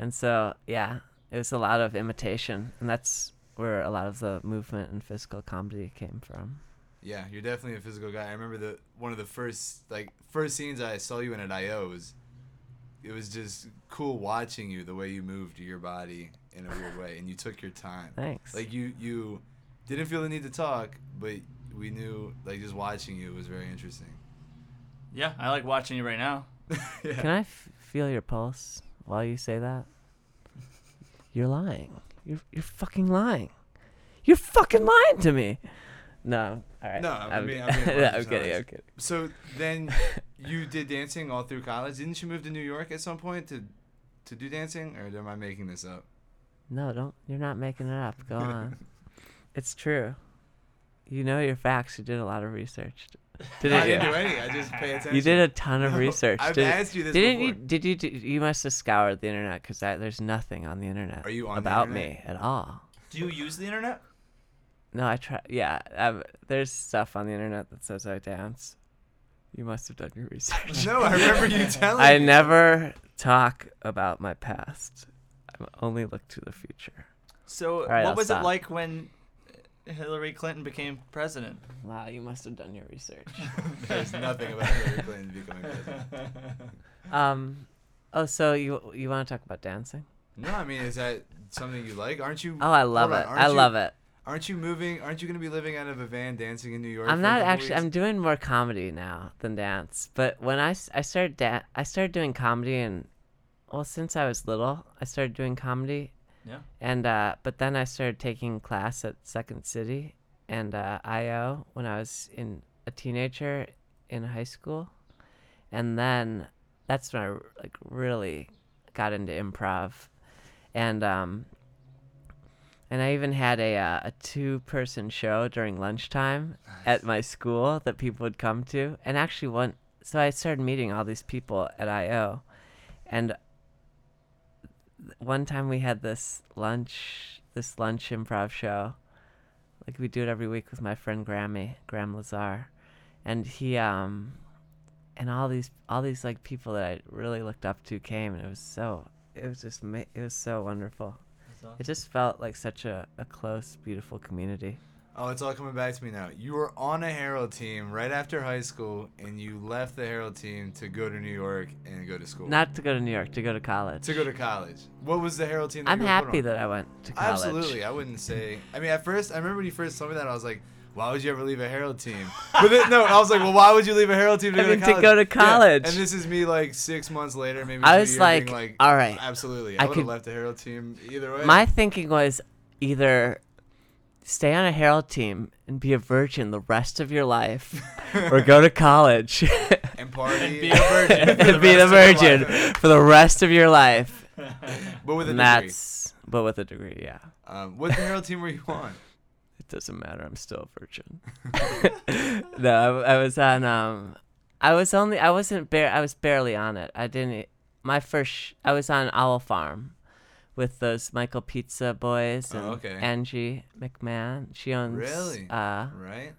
Speaker 4: And so, yeah, it was a lot of imitation, and that's where a lot of the movement and physical comedy came from.
Speaker 1: Yeah, you're definitely a physical guy. I remember the one of the first like first scenes I saw you in at IO was it was just cool watching you the way you moved your body in a weird way and you took your time.
Speaker 4: Thanks.
Speaker 1: Like you you didn't feel the need to talk, but we knew like just watching you was very interesting.
Speaker 2: Yeah, I like watching you right now.
Speaker 1: yeah.
Speaker 4: Can I f- feel your pulse while you say that? You're lying. You're you're fucking lying. You're fucking lying to me. No. All right.
Speaker 1: No, I
Speaker 4: I'm,
Speaker 1: mean- I mean,
Speaker 4: no, I'm
Speaker 1: it's
Speaker 4: kidding.
Speaker 1: honest.
Speaker 4: I'm kidding.
Speaker 1: So then you did dancing all through college. Didn't you move to New York at some point to to do dancing, or am I making this up?
Speaker 4: No, don't. You're not making it up. Go on. it's true. You know your facts. You did a lot of research.
Speaker 1: I
Speaker 4: Didn't
Speaker 1: didn't do
Speaker 4: you?
Speaker 1: any. I just pay attention.
Speaker 4: You did a ton of
Speaker 1: No,
Speaker 4: research.
Speaker 1: I've
Speaker 4: didn't-
Speaker 1: asked you this
Speaker 4: Didn't you?
Speaker 1: before.
Speaker 4: Did you? Do, you must have scoured the internet because there's nothing on the internet.
Speaker 1: Are you on the
Speaker 4: about
Speaker 1: internet?
Speaker 4: me at all?
Speaker 2: Do you use the internet?
Speaker 4: No, I try. Yeah, um, there's stuff on the internet that says I dance. You must have done your research.
Speaker 1: No, I remember you telling.
Speaker 4: I
Speaker 1: me.
Speaker 4: never talk about my past. I only look to the future.
Speaker 2: So
Speaker 4: right,
Speaker 2: what
Speaker 4: I'll
Speaker 2: was it
Speaker 4: stop.
Speaker 2: like when Hillary Clinton became president?
Speaker 4: Wow, you must have done your research.
Speaker 1: There's nothing about Hillary Clinton becoming president.
Speaker 4: um, oh, so you you want to talk about dancing?
Speaker 1: No, I mean, is that something you like? Aren't you?
Speaker 4: Oh, I love
Speaker 1: hold on,
Speaker 4: it.
Speaker 1: aren't
Speaker 4: I
Speaker 1: you-
Speaker 4: love it.
Speaker 1: Aren't you moving? Aren't you going to be living out of a van, dancing in New York?
Speaker 4: I'm
Speaker 1: for a
Speaker 4: not
Speaker 1: couple
Speaker 4: actually.
Speaker 1: weeks?
Speaker 4: I'm doing more comedy now than dance. But when I, s- I started da- I started doing comedy and well since I was little I started doing comedy.
Speaker 2: Yeah.
Speaker 4: And uh, but then I started taking class at Second City and uh, IO when I was in a teenager in high school, and then that's when I r- like really got into improv, and um. And I even had a uh, a two person show during lunchtime at my school that people would come to. And actually, one so I started meeting all these people at IO, and one time we had this lunch this lunch improv show like we do it every week with my friend grammy graham lazar and he um and all these all these like people that i really looked up to came and it was so it was just ma- it was so wonderful it just felt like such a, a close beautiful community
Speaker 1: Oh, it's all coming back to me now. You were on a Herald team right after high school, and you left the Herald team to go to New York and go to school.
Speaker 4: not to go to new york to go to college
Speaker 1: to go to college. What was the Herald team? That
Speaker 4: i'm
Speaker 1: you were put
Speaker 4: happy
Speaker 1: on?
Speaker 4: that i went to college
Speaker 1: Absolutely, I wouldn't say. I mean, at first, I remember when you first told me that, I was like, "Why would you ever leave a Herald team?" But then, no, I was like, "Well, why would you leave a Herald team to,
Speaker 4: I
Speaker 1: go,
Speaker 4: mean,
Speaker 1: to,
Speaker 4: to
Speaker 1: college?
Speaker 4: go to
Speaker 1: Yeah,
Speaker 4: college.
Speaker 1: And this is me like six months later, maybe.
Speaker 4: I
Speaker 1: two
Speaker 4: was
Speaker 1: years,
Speaker 4: like,
Speaker 1: being like,
Speaker 4: all right,
Speaker 1: absolutely,
Speaker 4: I
Speaker 1: I, would
Speaker 4: could-
Speaker 1: have left the Herald team either way."
Speaker 4: My thinking was either stay on a Herald team and be a virgin the rest of your life, or go to college
Speaker 1: and party and
Speaker 2: be a virgin.
Speaker 1: for
Speaker 4: and be the
Speaker 1: rest of your
Speaker 4: virgin
Speaker 1: life.
Speaker 4: for the rest of your life.
Speaker 1: but with a
Speaker 4: And
Speaker 1: degree.
Speaker 4: that's but with a degree, yeah.
Speaker 1: Um, what the Herald team were you on?
Speaker 4: It doesn't matter. I'm still a virgin. no, I, I was on. Um, I was only. I wasn't. Bare, I was barely on it. I didn't. e, My first. Sh- I was on Owl Farm, with those Michael Pizza boys
Speaker 1: Oh,
Speaker 4: and
Speaker 1: okay.
Speaker 4: Angie McMahon. She owns.
Speaker 1: Really?
Speaker 4: Uh,
Speaker 1: Right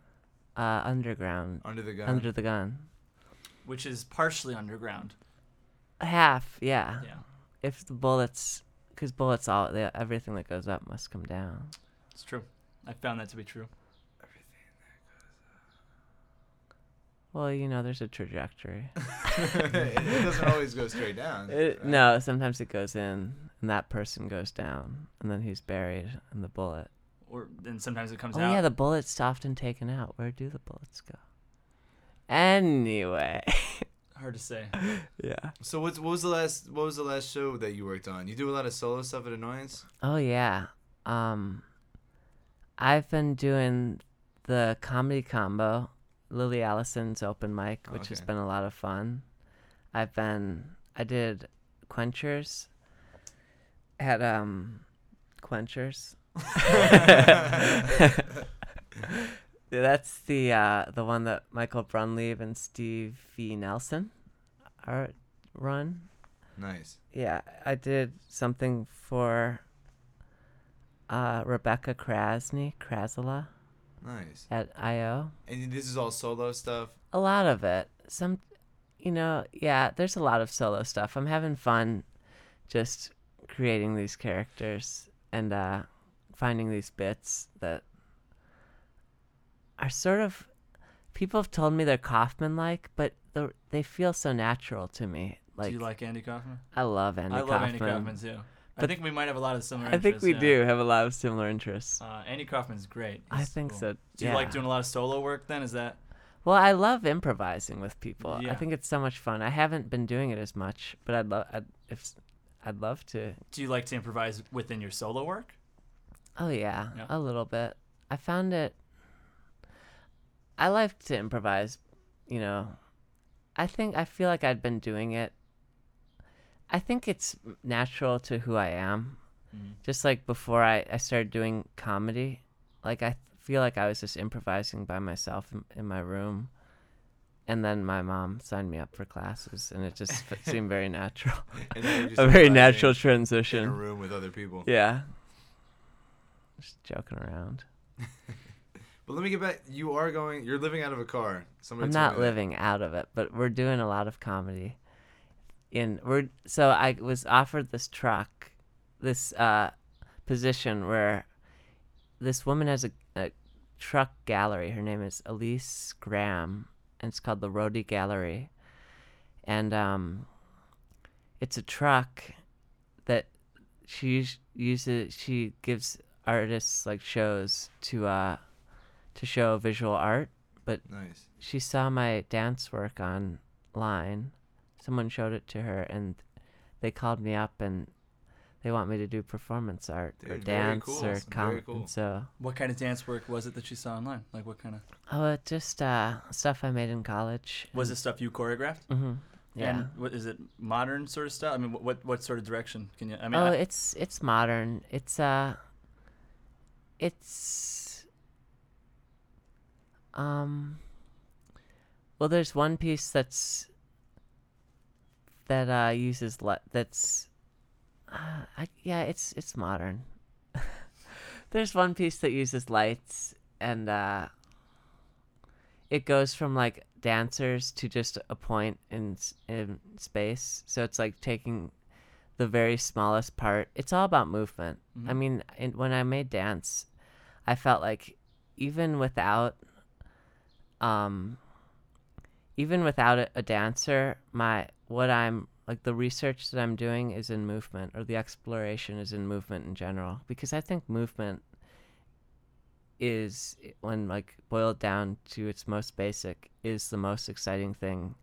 Speaker 4: uh, Underground.
Speaker 1: under the gun.
Speaker 4: Under the gun.
Speaker 2: Which is partially underground.
Speaker 4: Half. Yeah.
Speaker 2: Yeah.
Speaker 4: If the bullets, because bullets all they, everything that goes up must come down.
Speaker 2: It's true. I found that to be true.
Speaker 4: Well, you know, there's a trajectory.
Speaker 1: it doesn't always go straight down.
Speaker 4: It,
Speaker 1: right?
Speaker 4: no, sometimes it goes in, and that person goes down, and then he's buried in the bullet.
Speaker 2: Or then sometimes it comes
Speaker 4: Oh
Speaker 2: out.
Speaker 4: yeah, the bullet's often taken out. Where do the bullets go? Anyway,
Speaker 2: Hard to say.
Speaker 4: yeah.
Speaker 1: So what's, what was the last what was the last show that you worked on? You do a lot of solo stuff at Annoyance.
Speaker 4: Oh yeah. Um, I've been doing the comedy combo, Lily Allison's open mic, which has
Speaker 1: Okay.
Speaker 4: been a lot of fun. I've been I did quenchers at um quenchers. Yeah, That's the uh, the one that Michael Brunleave and Steve V. Nelson are run.
Speaker 1: Nice.
Speaker 4: Yeah, I did something for uh, Rebecca Krasny, Krasala
Speaker 1: Nice.
Speaker 4: at IO.
Speaker 1: And this is all solo stuff.
Speaker 4: A lot of it. Some, you know, yeah, there's a lot of solo stuff. I'm having fun just creating these characters and uh, finding these bits that are sort of. People have told me they're Kaufman like, but the, they feel so natural to me. Like,
Speaker 2: Do you like Andy Kaufman?
Speaker 4: I love Andy
Speaker 2: I love
Speaker 4: Kaufman.
Speaker 2: Andy Kaufman too. I
Speaker 4: But-
Speaker 2: think we might have a lot of similar.
Speaker 4: I think
Speaker 2: interests,
Speaker 4: we
Speaker 2: yeah.
Speaker 4: do have a lot of similar interests.
Speaker 2: Uh, Andy Kaufman's great.
Speaker 4: I
Speaker 2: He's
Speaker 4: think
Speaker 2: cool.
Speaker 4: so.
Speaker 2: Do you like
Speaker 4: yeah.
Speaker 2: doing a lot of solo work then? Is that
Speaker 4: Well, I love improvising with people. I
Speaker 2: Yeah.
Speaker 4: think it's so much fun. I haven't been doing it as much, but I'd love I'd, if s- I'd love to.
Speaker 2: do you like to improvise within your solo work?
Speaker 4: Oh yeah,
Speaker 2: Yeah.
Speaker 4: a little bit. I found it. I like to improvise, you know. I think I feel like I'd been doing it. I think it's natural to who I am. Just like before I, I started doing comedy, like I feel like I was just improvising by myself in, in my room. And then my mom signed me up for classes, and it just f- seemed very natural.
Speaker 1: And now you're just
Speaker 4: a very
Speaker 1: improvising
Speaker 4: natural
Speaker 1: in a
Speaker 4: transition.
Speaker 1: room with other people.
Speaker 4: Yeah. Just joking around.
Speaker 1: But let me get back. You are going. You're living out of a car. Somebody
Speaker 4: I'm
Speaker 1: told
Speaker 4: not
Speaker 1: me that.
Speaker 4: living out of it, but we're doing a lot of comedy. In we're so I was offered this truck, this uh, position where this woman has a, a truck gallery. Her name is Elise Graham, and it's called the Rhodey Gallery, and um, it's a truck that she us- uses. She gives artists like shows to uh, to show visual art
Speaker 1: Nice.
Speaker 4: she saw my dance work online. Someone showed it to her, and they called me up and they want me to do performance art or
Speaker 1: Dude, very
Speaker 4: dance
Speaker 1: cool.
Speaker 4: or
Speaker 1: That's very
Speaker 4: comedy.
Speaker 1: cool.
Speaker 4: So,
Speaker 2: What kind of dance work was it that she saw online? Like what kind of
Speaker 4: oh, it just uh, stuff I made in college.
Speaker 2: was it stuff you choreographed?
Speaker 4: Mm-hmm. Mm. Yeah.
Speaker 2: And what is it modern sort of stuff? I mean, what what, what sort of direction can you? I mean,
Speaker 4: oh,
Speaker 2: I-
Speaker 4: it's it's modern. It's uh, it's um. Well, there's one piece that's that uh uses le- that's uh, I, yeah, it's it's modern. there's one piece that uses lights and uh it goes from like dancers to just a point in s- in space. So it's like taking the very smallest part. It's all about movement. I mean, in, when I made dance, I felt like even without, um, even without a, a dancer, my what I'm like the research that I'm doing is in movement, or the exploration is in movement in general, because I think movement is when like boiled down to its most basic is the most exciting thing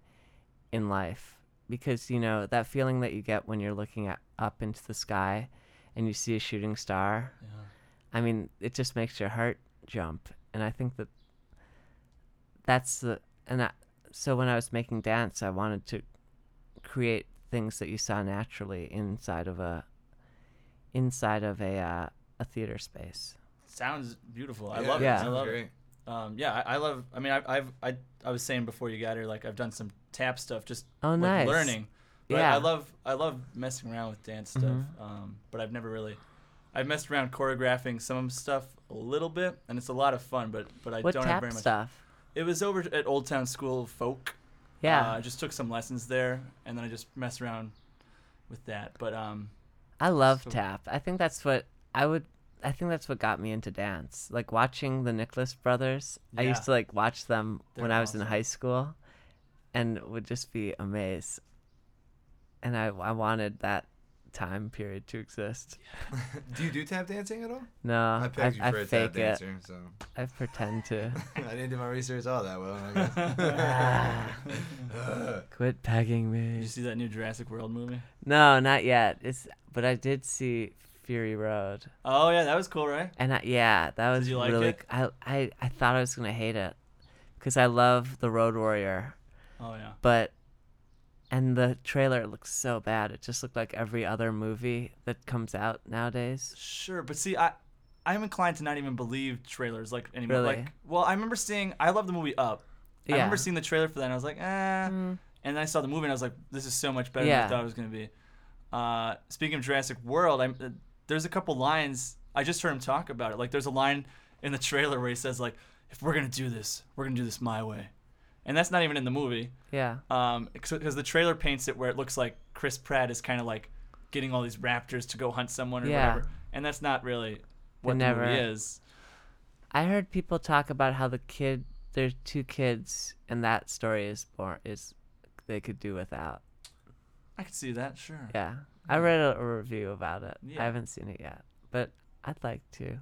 Speaker 4: in life because you know that feeling that you get when you're looking at, up into the sky and you see a shooting star
Speaker 2: yeah.
Speaker 4: i mean it just makes your heart jump and i think that that's the and I, so when i was making dance i wanted to create things that you saw naturally inside of a inside of a uh, a theater space
Speaker 2: sounds beautiful. I
Speaker 1: Yeah,
Speaker 2: love
Speaker 4: Yeah.
Speaker 2: it. I
Speaker 1: sounds
Speaker 2: love
Speaker 1: great.
Speaker 2: it. Um, yeah, I, I love. I mean, I, I've I I was saying before you got here, like I've done some tap stuff, just
Speaker 4: Oh,
Speaker 2: like
Speaker 4: nice.
Speaker 2: learning. But
Speaker 4: Yeah. Mm-hmm.
Speaker 2: I love I love messing around with dance stuff. Um, but I've never really. I've messed around choreographing some stuff a little bit, and it's a lot of fun. But but I
Speaker 4: what
Speaker 2: don't have
Speaker 4: tap
Speaker 2: very much.
Speaker 4: stuff
Speaker 2: It was over at Old Town School of Folk.
Speaker 4: yeah
Speaker 2: Uh, I just took some lessons there, and then I just messed around with that. But um,
Speaker 4: I love
Speaker 2: So-
Speaker 4: tap. I think that's what I would. I think that's what got me into dance. Like watching the Nicholas Brothers. I
Speaker 2: Yeah.
Speaker 4: used to like watch them
Speaker 2: They're
Speaker 4: when I was in
Speaker 2: awesome.
Speaker 4: high school, and would just be amazed. And I I wanted that time period to exist.
Speaker 1: Do you do tap dancing at all?
Speaker 4: No, I,
Speaker 1: I pegged
Speaker 4: Uh, I
Speaker 1: you for a tap
Speaker 4: fake it.
Speaker 1: dancer, so
Speaker 4: I pretend to.
Speaker 1: I didn't do my research all that well. I guess.
Speaker 4: Quit pegging
Speaker 2: did you
Speaker 4: me.
Speaker 2: see that new Jurassic World movie?
Speaker 4: No, not yet. It's but I did see Fury Road.
Speaker 2: Oh yeah, that was cool, right?
Speaker 4: And I, yeah, that was
Speaker 2: you like
Speaker 4: really.
Speaker 2: it?
Speaker 4: I, I I thought I was gonna hate it, because I love the Road Warrior,
Speaker 2: Oh yeah.
Speaker 4: but, and the trailer looks so bad. It just looked like every other movie that comes out nowadays.
Speaker 2: Sure, but see, I I'm inclined to not even believe trailers like anymore.
Speaker 4: Really?
Speaker 2: Like, well, I remember seeing I love the movie Up.
Speaker 4: Yeah. Mm.
Speaker 2: I remember seeing the trailer for that, and I was like, eh. And then I saw the movie, and I was like, this is so much better than I
Speaker 4: Yeah.
Speaker 2: thought it was gonna be. Uh, speaking of Jurassic World, I'm, uh, there's a couple lines I just heard him talk about it. Like, there's a line in the trailer where he says like, if we're gonna do this, we're gonna do this my way, and that's not even in the movie
Speaker 4: yeah.
Speaker 2: um because the trailer paints it where it looks like chris pratt is kind of like getting all these raptors to go hunt someone or
Speaker 4: Yeah.
Speaker 2: whatever and that's not really what the
Speaker 4: never-
Speaker 2: movie is
Speaker 4: I heard people talk about how the kid, there's two kids, and that story is born is, they could do without.
Speaker 2: i could see that sure
Speaker 4: Yeah. I read a, a review about it.
Speaker 2: Yeah.
Speaker 4: I haven't seen it yet, but I'd like to.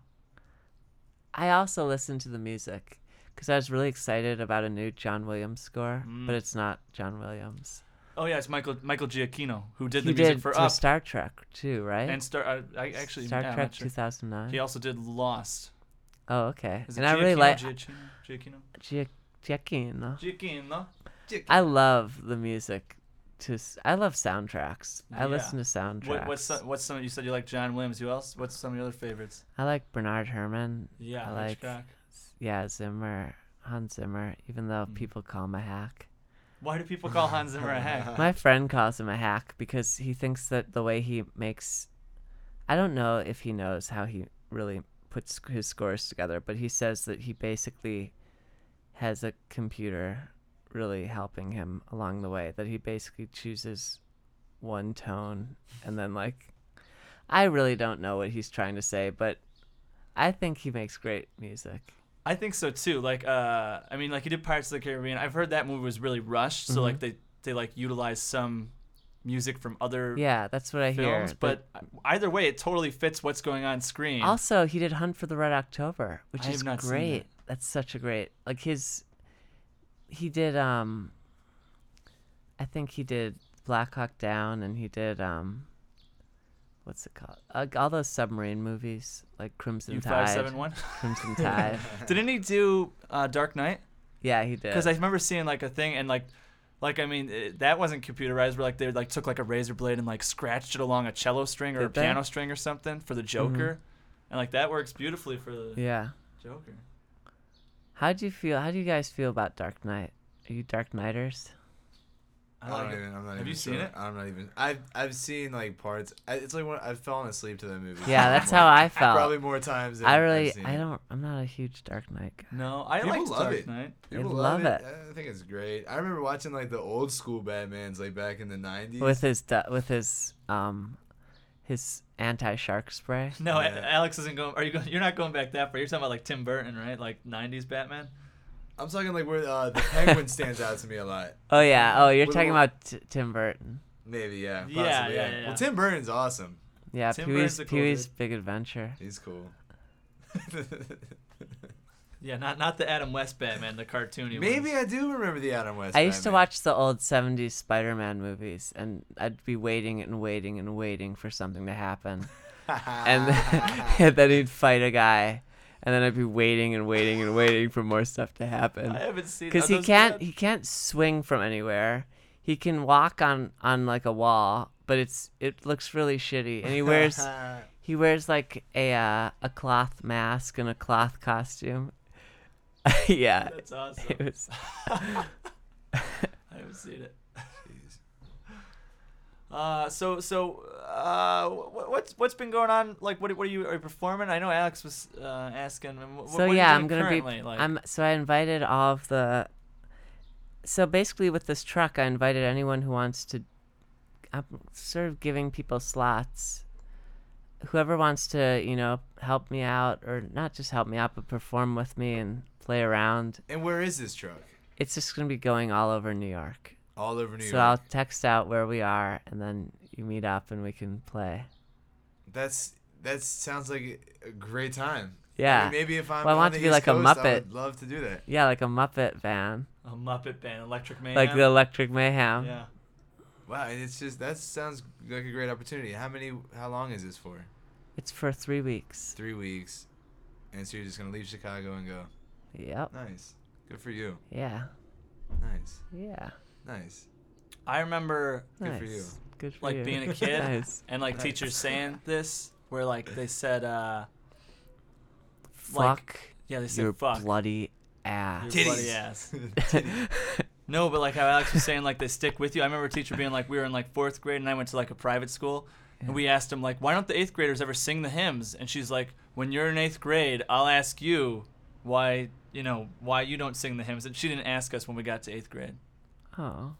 Speaker 4: I also listened to the music
Speaker 2: Mm.
Speaker 4: because I was really excited about a new John Williams score, but it's not John Williams.
Speaker 2: Oh yeah, it's Michael Michael Giacchino who did
Speaker 4: he
Speaker 2: the music
Speaker 4: did
Speaker 2: for
Speaker 4: for
Speaker 2: Up
Speaker 4: Star Trek too, right?
Speaker 2: and Star. I, I actually
Speaker 4: Star
Speaker 2: yeah, I'm
Speaker 4: Trek
Speaker 2: not sure.
Speaker 4: 2009.
Speaker 2: He also did Lost.
Speaker 4: Oh, okay.
Speaker 2: Is it
Speaker 4: and I really
Speaker 2: Giacchino,
Speaker 4: like
Speaker 2: Giacchino. Giacchino.
Speaker 4: Gia- Giacchino.
Speaker 2: Giacchino.
Speaker 4: I love the music. To s- I love soundtracks. I
Speaker 2: Yeah.
Speaker 4: listen to soundtracks.
Speaker 2: What, what's some, what's some you said you like John Williams? Who else? What's some of your other favorites?
Speaker 4: I like Bernard Herman.
Speaker 2: Yeah,
Speaker 4: I like
Speaker 2: Hitchcock.
Speaker 4: yeah Zimmer, Hans Zimmer. Even though
Speaker 2: Mm.
Speaker 4: people call him a hack,
Speaker 2: Why do people call Hans Zimmer a hack?
Speaker 4: my friend calls him a hack because he thinks that the way he makes, I don't know if he knows how he really puts his scores together, but he says that he basically has a computer really helping him along the way. That he basically chooses one tone and then like, I really don't know what he's trying to say, but I think he makes great music.
Speaker 2: I think so too. Like, uh, I mean, like he did Pirates of the Caribbean. I've heard that movie was really rushed, so
Speaker 4: Mm-hmm.
Speaker 2: like they they like utilized some music from other
Speaker 4: Yeah, that's what I hear.
Speaker 2: films,
Speaker 4: that-
Speaker 2: but either way, it totally fits what's going on screen.
Speaker 4: Also, he did Hunt for the Red October, which
Speaker 2: I have
Speaker 4: is
Speaker 2: not seen that.
Speaker 4: great. That's such a great like his. He did um. I think he did Black Hawk Down, and he did um. What's it called? Uh, all those submarine movies like Crimson
Speaker 2: U
Speaker 4: Tide.
Speaker 2: five seven one.
Speaker 4: Crimson Tide.
Speaker 2: Didn't he do uh, Dark Knight?
Speaker 4: yeah, he did.
Speaker 2: Because I remember seeing like a thing and like. Like I mean, it, that wasn't computerized. Where like they like took like a razor blade and like scratched it along a cello string or a
Speaker 4: Did they? Mm-hmm.
Speaker 2: piano string or something for the Joker, and like that works beautifully for the
Speaker 4: yeah.
Speaker 2: Joker.
Speaker 4: How do you feel? How do you guys feel about Dark Knight? Are you Dark Knighters?
Speaker 1: I don't even. I'm not
Speaker 2: Have
Speaker 1: even
Speaker 2: you
Speaker 1: sure.
Speaker 2: seen it?
Speaker 1: I'm not even. I've I've seen like parts. I, it's like when I've fallen asleep to that movie.
Speaker 4: Yeah, that's how I felt.
Speaker 1: Probably more times. Than
Speaker 4: I
Speaker 1: I've
Speaker 4: really,
Speaker 1: seen
Speaker 4: I
Speaker 1: it.
Speaker 4: don't. I'm not a huge Dark Knight guy.
Speaker 2: No, I
Speaker 1: People
Speaker 2: like
Speaker 1: love
Speaker 2: Dark
Speaker 1: it.
Speaker 2: Knight.
Speaker 1: People
Speaker 4: They
Speaker 1: love,
Speaker 4: love
Speaker 1: it.
Speaker 4: it.
Speaker 1: I think it's great. I remember watching like the old school Batman's like back in the '90s.
Speaker 4: with his du- with his um his anti shark spray.
Speaker 2: No,
Speaker 1: Yeah.
Speaker 2: A- Alex isn't going. Are you going? You're not going back that far. You're talking about like Tim Burton, right? Like '90s Batman.
Speaker 1: I'm talking like where uh, the penguin stands out to me a lot.
Speaker 4: Oh yeah. Oh, you're
Speaker 1: What
Speaker 4: talking
Speaker 1: about-
Speaker 4: about T- Tim Burton.
Speaker 1: Maybe yeah. Possibly,
Speaker 2: Yeah,
Speaker 1: yeah,
Speaker 2: yeah, yeah.
Speaker 1: Well, Tim Burton's awesome.
Speaker 4: Yeah,
Speaker 2: Tim
Speaker 4: Pee Wee's
Speaker 2: Burton's a cool
Speaker 4: Pee Wee's
Speaker 2: dude.
Speaker 4: Big Adventure.
Speaker 1: He's cool.
Speaker 2: Yeah, not not the Adam West Batman, the cartoony.
Speaker 1: Maybe I
Speaker 2: ones.
Speaker 1: do remember the Adam West.
Speaker 4: I used to
Speaker 1: Batman.
Speaker 4: watch the old '70s Spider-Man movies, and I'd be waiting and waiting and waiting for something to happen, and
Speaker 2: Ah.
Speaker 4: then, then he'd fight a guy, and then I'd be waiting and waiting and waiting for more stuff to happen.
Speaker 2: I haven't seen.
Speaker 4: because
Speaker 2: are
Speaker 4: he
Speaker 2: those
Speaker 4: can't
Speaker 2: bad?
Speaker 4: he can't swing from anywhere. He can walk on on like a wall, but it's it looks really shitty. And he wears he wears like a uh, a cloth mask and a cloth costume. yeah,
Speaker 2: That's awesome.
Speaker 4: it was
Speaker 2: I haven't seen it. Uh, so so uh, wh- what's what's been going on? Like, what what are you are you performing? I know Alex was uh, asking. um, wh-
Speaker 4: so
Speaker 2: what are you
Speaker 4: yeah,
Speaker 2: doing
Speaker 4: I'm gonna
Speaker 2: currently?
Speaker 4: be.
Speaker 2: Like,
Speaker 4: I'm so I invited all of the. So basically, with this truck, I invited anyone who wants to. I'm sort of giving people slots. Whoever wants to, you know, help me out or not just help me out, but perform with me and play around.
Speaker 1: And where is this truck?
Speaker 4: It's just gonna be going all over New York.
Speaker 1: All over New
Speaker 4: so
Speaker 1: York.
Speaker 4: I'll text out where we are, and then you meet up and we can play.
Speaker 1: That's that sounds like a great time. I
Speaker 4: Yeah,
Speaker 1: mean, maybe if I'm
Speaker 4: Well, I
Speaker 1: on
Speaker 4: want
Speaker 1: the
Speaker 4: to be
Speaker 1: East
Speaker 4: like a
Speaker 1: Coast, I
Speaker 4: Muppet.
Speaker 1: would love to do that.
Speaker 4: yeah, like a Muppet van,
Speaker 2: a Muppet Band, Electric Mayhem.
Speaker 4: like the um, Electric Mayhem.
Speaker 2: yeah.
Speaker 1: Wow, and it's just that sounds like a great opportunity. How many? How long is this for?
Speaker 4: It's for three weeks.
Speaker 1: Three weeks, and so you're just gonna leave Chicago and go.
Speaker 4: Yep.
Speaker 1: Nice, good for you.
Speaker 4: Yeah.
Speaker 1: Nice,
Speaker 4: Yeah.
Speaker 1: nice.
Speaker 2: I remember
Speaker 1: Good for you.
Speaker 4: Nice. Good for
Speaker 2: like
Speaker 4: you.
Speaker 2: being a kid
Speaker 4: nice.
Speaker 2: and like teachers saying this, where like they said, uh, Like,
Speaker 4: Fuck
Speaker 2: yeah, they said
Speaker 4: your
Speaker 2: fuck.
Speaker 4: bloody ass.
Speaker 2: Your
Speaker 1: Titties.
Speaker 2: bloody ass. No, but like how Alex was saying, like they stick with you. I remember a teacher being like, we were in like fourth grade, and I went to like a private school, and we asked him like, why don't the eighth graders ever sing the hymns? And she's like, when you're in eighth grade, I'll ask you why you know why you don't sing the hymns. And she didn't ask us when we got to eighth grade.
Speaker 4: oh.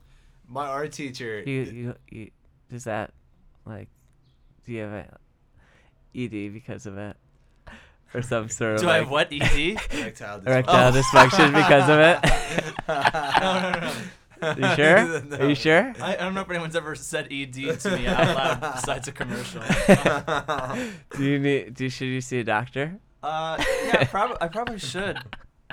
Speaker 1: My art teacher.
Speaker 4: You, you you does that like do you have a ED because of it? Or some sort of
Speaker 2: Do I have
Speaker 4: like,
Speaker 2: what E ED?
Speaker 1: erectile
Speaker 4: erectile dysfunction because of it?
Speaker 2: no, no, no, no.
Speaker 4: you sure? Are you sure?
Speaker 2: I, I don't know if anyone's ever said ED to me out loud besides a commercial.
Speaker 4: Do you need do should you see a doctor?
Speaker 2: Uh, yeah, probably. I probably should.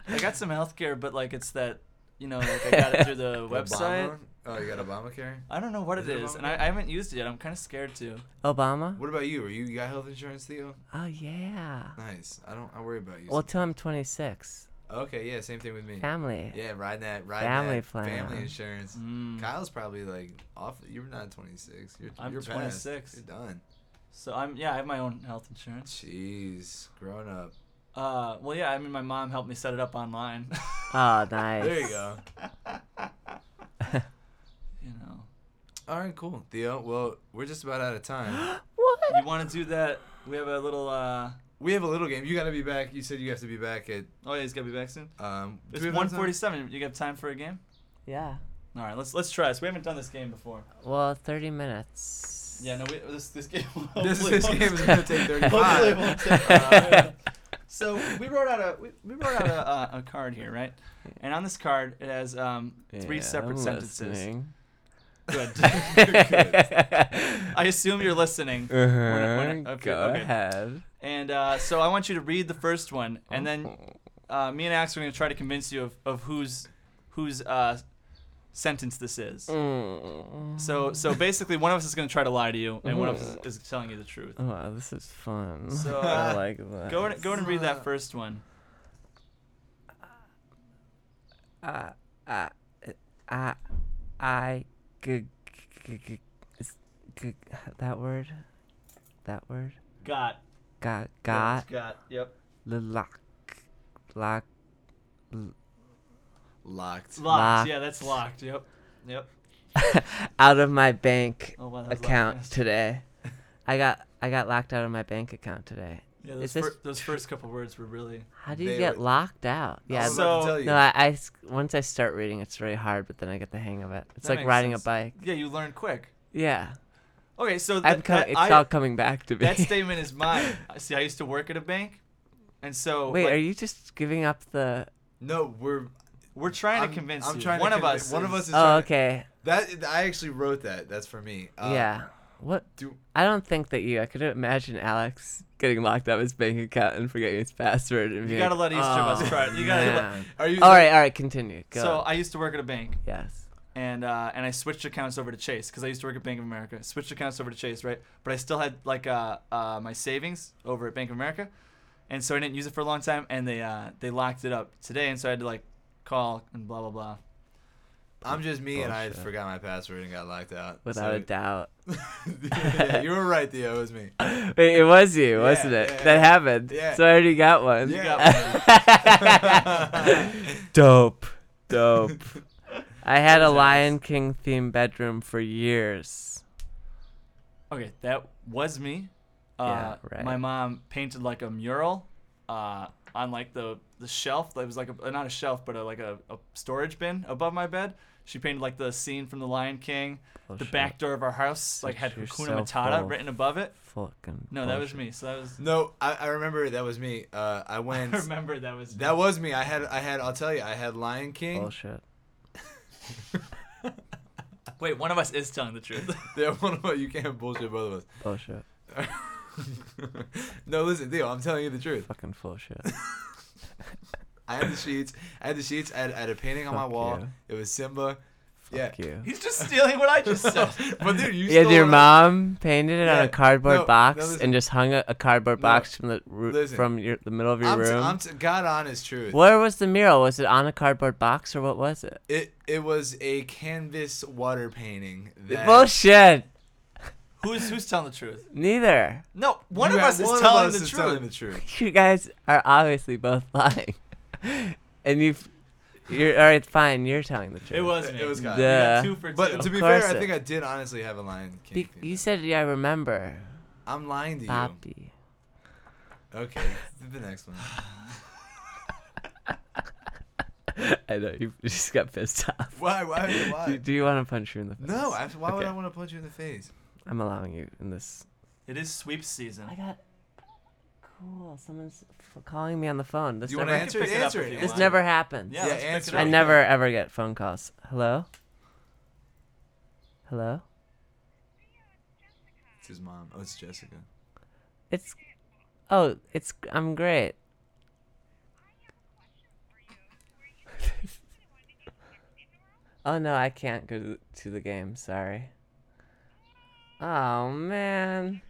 Speaker 2: I got some healthcare, but like it's that you know, like I got it through the website.
Speaker 1: Obama? Oh, you got Obamacare?
Speaker 2: I don't know what
Speaker 1: Is
Speaker 2: it
Speaker 1: it
Speaker 2: is, and I,
Speaker 1: Obamacare?
Speaker 2: I haven't used it yet. I'm kind of scared to.
Speaker 4: Obama?
Speaker 1: What about you? Are you, you got health insurance, Theo?
Speaker 4: Oh yeah.
Speaker 1: Nice. I don't. I worry about you.
Speaker 4: Well, till I'm 26.
Speaker 1: okay. Yeah. Same thing with me.
Speaker 4: Family.
Speaker 1: Yeah. Riding that. Riding
Speaker 4: Family
Speaker 1: that
Speaker 4: plan.
Speaker 1: Family insurance.
Speaker 2: Mm.
Speaker 1: Kyle's probably like off. You're not 26. You're.
Speaker 2: I'm
Speaker 1: you're past.
Speaker 2: 26.
Speaker 1: You're done.
Speaker 2: So I'm yeah, I have my own health insurance.
Speaker 1: Jeez. Grown up.
Speaker 2: Uh, well yeah, I mean my mom helped me set it up online.
Speaker 4: Oh, nice.
Speaker 1: There you go.
Speaker 2: you know,
Speaker 1: All right. Cool. Theo. Well, we're just about out of time.
Speaker 2: you want to do that? We have a little. uh
Speaker 1: we have a little game. You got to be back. You said you have to be back at.
Speaker 2: Oh yeah, he's gotta be back soon.
Speaker 1: Um, do
Speaker 2: It's
Speaker 1: we have enough time?
Speaker 2: 147. You got time for a game?
Speaker 4: Yeah.
Speaker 2: All right, let's let's try this. We haven't done this game before.
Speaker 4: Well, 30 minutes.
Speaker 2: Yeah, no, we, this this game.
Speaker 1: This,
Speaker 2: hopefully
Speaker 1: this
Speaker 2: won't-
Speaker 1: game is gonna take
Speaker 2: Hopefully it
Speaker 1: 35.
Speaker 2: won't take. Uh, so we wrote out a we, we wrote out a, a, a card here, right? And on this card, it has um, three
Speaker 4: Yeah,
Speaker 2: separate
Speaker 4: I'm
Speaker 2: sentences.
Speaker 4: listening.
Speaker 2: Good. I assume you're listening. when-
Speaker 4: Uh-huh,
Speaker 2: okay,
Speaker 4: Go
Speaker 2: okay.
Speaker 4: ahead.
Speaker 2: And uh, so I want you to read the first one, and then
Speaker 4: Oh.
Speaker 2: uh, me and Ax are going to try to convince you of, of whose whose uh, sentence this is.
Speaker 4: Mm.
Speaker 2: So so basically, one of us is going to try to lie to you, and one of us is is telling you the truth.
Speaker 4: Wow, this is fun.
Speaker 2: So,
Speaker 4: I
Speaker 2: uh,
Speaker 4: like that.
Speaker 2: Go and, go and read
Speaker 4: uh,
Speaker 2: that first one.
Speaker 4: I I I I g- g- g- is- g- that word, that word.
Speaker 2: Got
Speaker 4: Got got
Speaker 2: got. Yep.
Speaker 4: the lock lock
Speaker 1: Locked.
Speaker 2: Locked.
Speaker 4: Locked.
Speaker 2: Yeah, that's locked. Yep. Yep.
Speaker 4: out of my bank
Speaker 2: Oh wow. that was locked,
Speaker 4: account
Speaker 2: yes.
Speaker 4: today. I got I got locked out of my bank account today.
Speaker 2: Yeah,
Speaker 4: Is
Speaker 2: those,
Speaker 4: this-
Speaker 2: fir- those first couple words were really.
Speaker 4: How do you
Speaker 1: They
Speaker 4: get
Speaker 1: were-
Speaker 4: locked out?
Speaker 1: I
Speaker 4: Yeah.
Speaker 1: was
Speaker 4: th-
Speaker 1: about to
Speaker 2: So-
Speaker 1: tell you.
Speaker 4: no, I, I s- once I start reading, it's really hard, but then I get the hang of it. It's
Speaker 2: That
Speaker 4: like
Speaker 2: makes
Speaker 4: riding
Speaker 2: sense.
Speaker 4: a bike.
Speaker 2: Yeah, you learned quick.
Speaker 4: Yeah,
Speaker 2: Okay, so th-
Speaker 4: I'm com-
Speaker 2: that-
Speaker 4: It's
Speaker 2: I-
Speaker 4: all coming back to me.
Speaker 2: That statement is mine. I- See, I used to work at a bank, and so
Speaker 4: Wait,
Speaker 2: like,
Speaker 4: are you just giving up the?
Speaker 1: No, we're.
Speaker 2: we're trying
Speaker 1: I'm-
Speaker 2: to convince
Speaker 1: I'm
Speaker 2: you.
Speaker 1: trying to
Speaker 2: one of
Speaker 1: convince-
Speaker 2: us.
Speaker 1: one of
Speaker 2: is-
Speaker 1: us is-
Speaker 4: Oh,
Speaker 1: trying to-
Speaker 4: okay.
Speaker 1: That I actually wrote that. That's for me. Uh,
Speaker 4: yeah. What?
Speaker 1: do-
Speaker 4: I don't think that you. I could imagine Alex getting locked out of his bank account and forgetting his password. And
Speaker 2: You
Speaker 4: being
Speaker 2: gotta
Speaker 4: like,
Speaker 2: let each of
Speaker 4: "Oh,
Speaker 2: us try. it. You gotta. let-
Speaker 4: man."
Speaker 1: Are you?
Speaker 4: all right, all right. Continue. Go.
Speaker 2: so I used to work at a bank,
Speaker 4: yes.
Speaker 2: and uh, and I switched accounts over to Chase because I used to work at Bank of America. Switched accounts over to Chase, right? But I still had like uh, uh, my savings over at Bank of America, and so I didn't use it for a long time. And they uh, they locked it up today, and so I had to like call and blah blah blah.
Speaker 1: I'm just me, and I
Speaker 4: Bullshit.
Speaker 1: forgot my password and got locked out.
Speaker 4: Without a
Speaker 1: So-
Speaker 4: doubt.
Speaker 1: yeah, you were right, Theo. It was me.
Speaker 4: Wait, it was you, wasn't
Speaker 1: yeah,
Speaker 4: it?
Speaker 1: yeah.
Speaker 4: that happened.
Speaker 1: Yeah.
Speaker 4: So I already got one.
Speaker 1: Yeah.
Speaker 4: Dope. Dope. I had a Lion King themed bedroom for years.
Speaker 2: Okay, that was me. Uh,
Speaker 4: Yeah, right.
Speaker 2: My mom painted like a mural uh, on like the the shelf. That was like a, not a shelf, but a, like a, a storage bin above my bed. She painted like the scene from The Lion King.
Speaker 1: Oh,
Speaker 2: the
Speaker 4: Bullshit.
Speaker 2: back door of our house like had
Speaker 4: You're
Speaker 2: Hakuna
Speaker 4: so
Speaker 2: Matata
Speaker 4: full.
Speaker 2: written above it.
Speaker 4: Fucking.
Speaker 2: No, that was
Speaker 4: bullshit.
Speaker 2: me. So that was.
Speaker 1: No, I, I remember that was me. Uh, I
Speaker 2: I
Speaker 1: went.
Speaker 2: remember that was.
Speaker 1: that was me. I had. I had. I'll tell you. I had Lion King.
Speaker 4: Bullshit.
Speaker 2: Wait, one of us is telling the truth.
Speaker 1: They're one of you can't bullshit both of us.
Speaker 4: Bullshit.
Speaker 1: no, listen, Theo. I'm telling you the truth.
Speaker 4: Fucking bullshit.
Speaker 1: I had the sheets. I had the sheets. I had, I had a painting on my
Speaker 4: Fuck
Speaker 1: wall.
Speaker 4: you.
Speaker 1: It was Simba.
Speaker 4: Fuck
Speaker 1: yeah.
Speaker 4: you.
Speaker 2: He's just stealing what I just said.
Speaker 1: But dude, you
Speaker 4: Yeah,
Speaker 1: stole
Speaker 4: your
Speaker 1: it.
Speaker 4: mom painted it on
Speaker 1: Yeah,
Speaker 4: a cardboard
Speaker 1: no,
Speaker 4: box
Speaker 1: no, listen.
Speaker 4: and just hung a, a cardboard
Speaker 1: No,
Speaker 4: box from the roo-
Speaker 1: listen.
Speaker 4: from your the middle of your
Speaker 1: I'm, t-
Speaker 4: room.
Speaker 1: I'm t- God honest truth.
Speaker 4: Where was the mural? Was it on a cardboard box or what was it?
Speaker 1: It it was a canvas water painting. That
Speaker 4: Bullshit.
Speaker 2: who's who's telling the truth?
Speaker 4: Neither.
Speaker 2: No, one
Speaker 1: You
Speaker 2: of
Speaker 1: got-
Speaker 2: us is
Speaker 1: one of
Speaker 2: telling
Speaker 1: us
Speaker 2: the
Speaker 1: is
Speaker 2: truth.
Speaker 1: telling the truth.
Speaker 4: You guys are obviously both lying, and you've. You're all right. Fine. You're telling the truth.
Speaker 2: It was me.
Speaker 1: It was
Speaker 2: We
Speaker 1: God.
Speaker 2: got
Speaker 4: Duh.
Speaker 2: two for
Speaker 1: But
Speaker 2: two.
Speaker 1: to be
Speaker 4: Of
Speaker 1: fair,
Speaker 4: course
Speaker 1: I
Speaker 4: it-
Speaker 1: think I did honestly have a Lion King.
Speaker 4: Be-
Speaker 1: theme.
Speaker 4: you said, "Yeah, I remember."
Speaker 1: I'm lying to you.
Speaker 4: Poppy.
Speaker 1: Okay, the next one.
Speaker 4: I know you just got pissed off.
Speaker 1: Why? Why?
Speaker 4: Do,
Speaker 1: Why?
Speaker 4: do you want to punch her in the face?
Speaker 1: No, I, why would
Speaker 4: Okay.
Speaker 1: I want to punch you in the face?
Speaker 4: I'm allowing you in this.
Speaker 2: It is sweep season.
Speaker 4: I got cool. Someone's f- calling me on the phone. This
Speaker 1: Do you want
Speaker 4: never.
Speaker 1: to answer
Speaker 2: can pick
Speaker 1: it?
Speaker 2: it up
Speaker 1: Answer
Speaker 2: if you
Speaker 1: it.
Speaker 2: want.
Speaker 4: this never happens.
Speaker 2: Yeah,
Speaker 1: Yeah,
Speaker 2: let's pick it
Speaker 1: answer
Speaker 2: up.
Speaker 4: I never ever get phone calls. Hello. Hello.
Speaker 1: It's his mom. Oh, it's Jessica.
Speaker 4: It's. Oh, it's. I'm great. Oh no, I can't go to- to the game. Sorry. Oh man.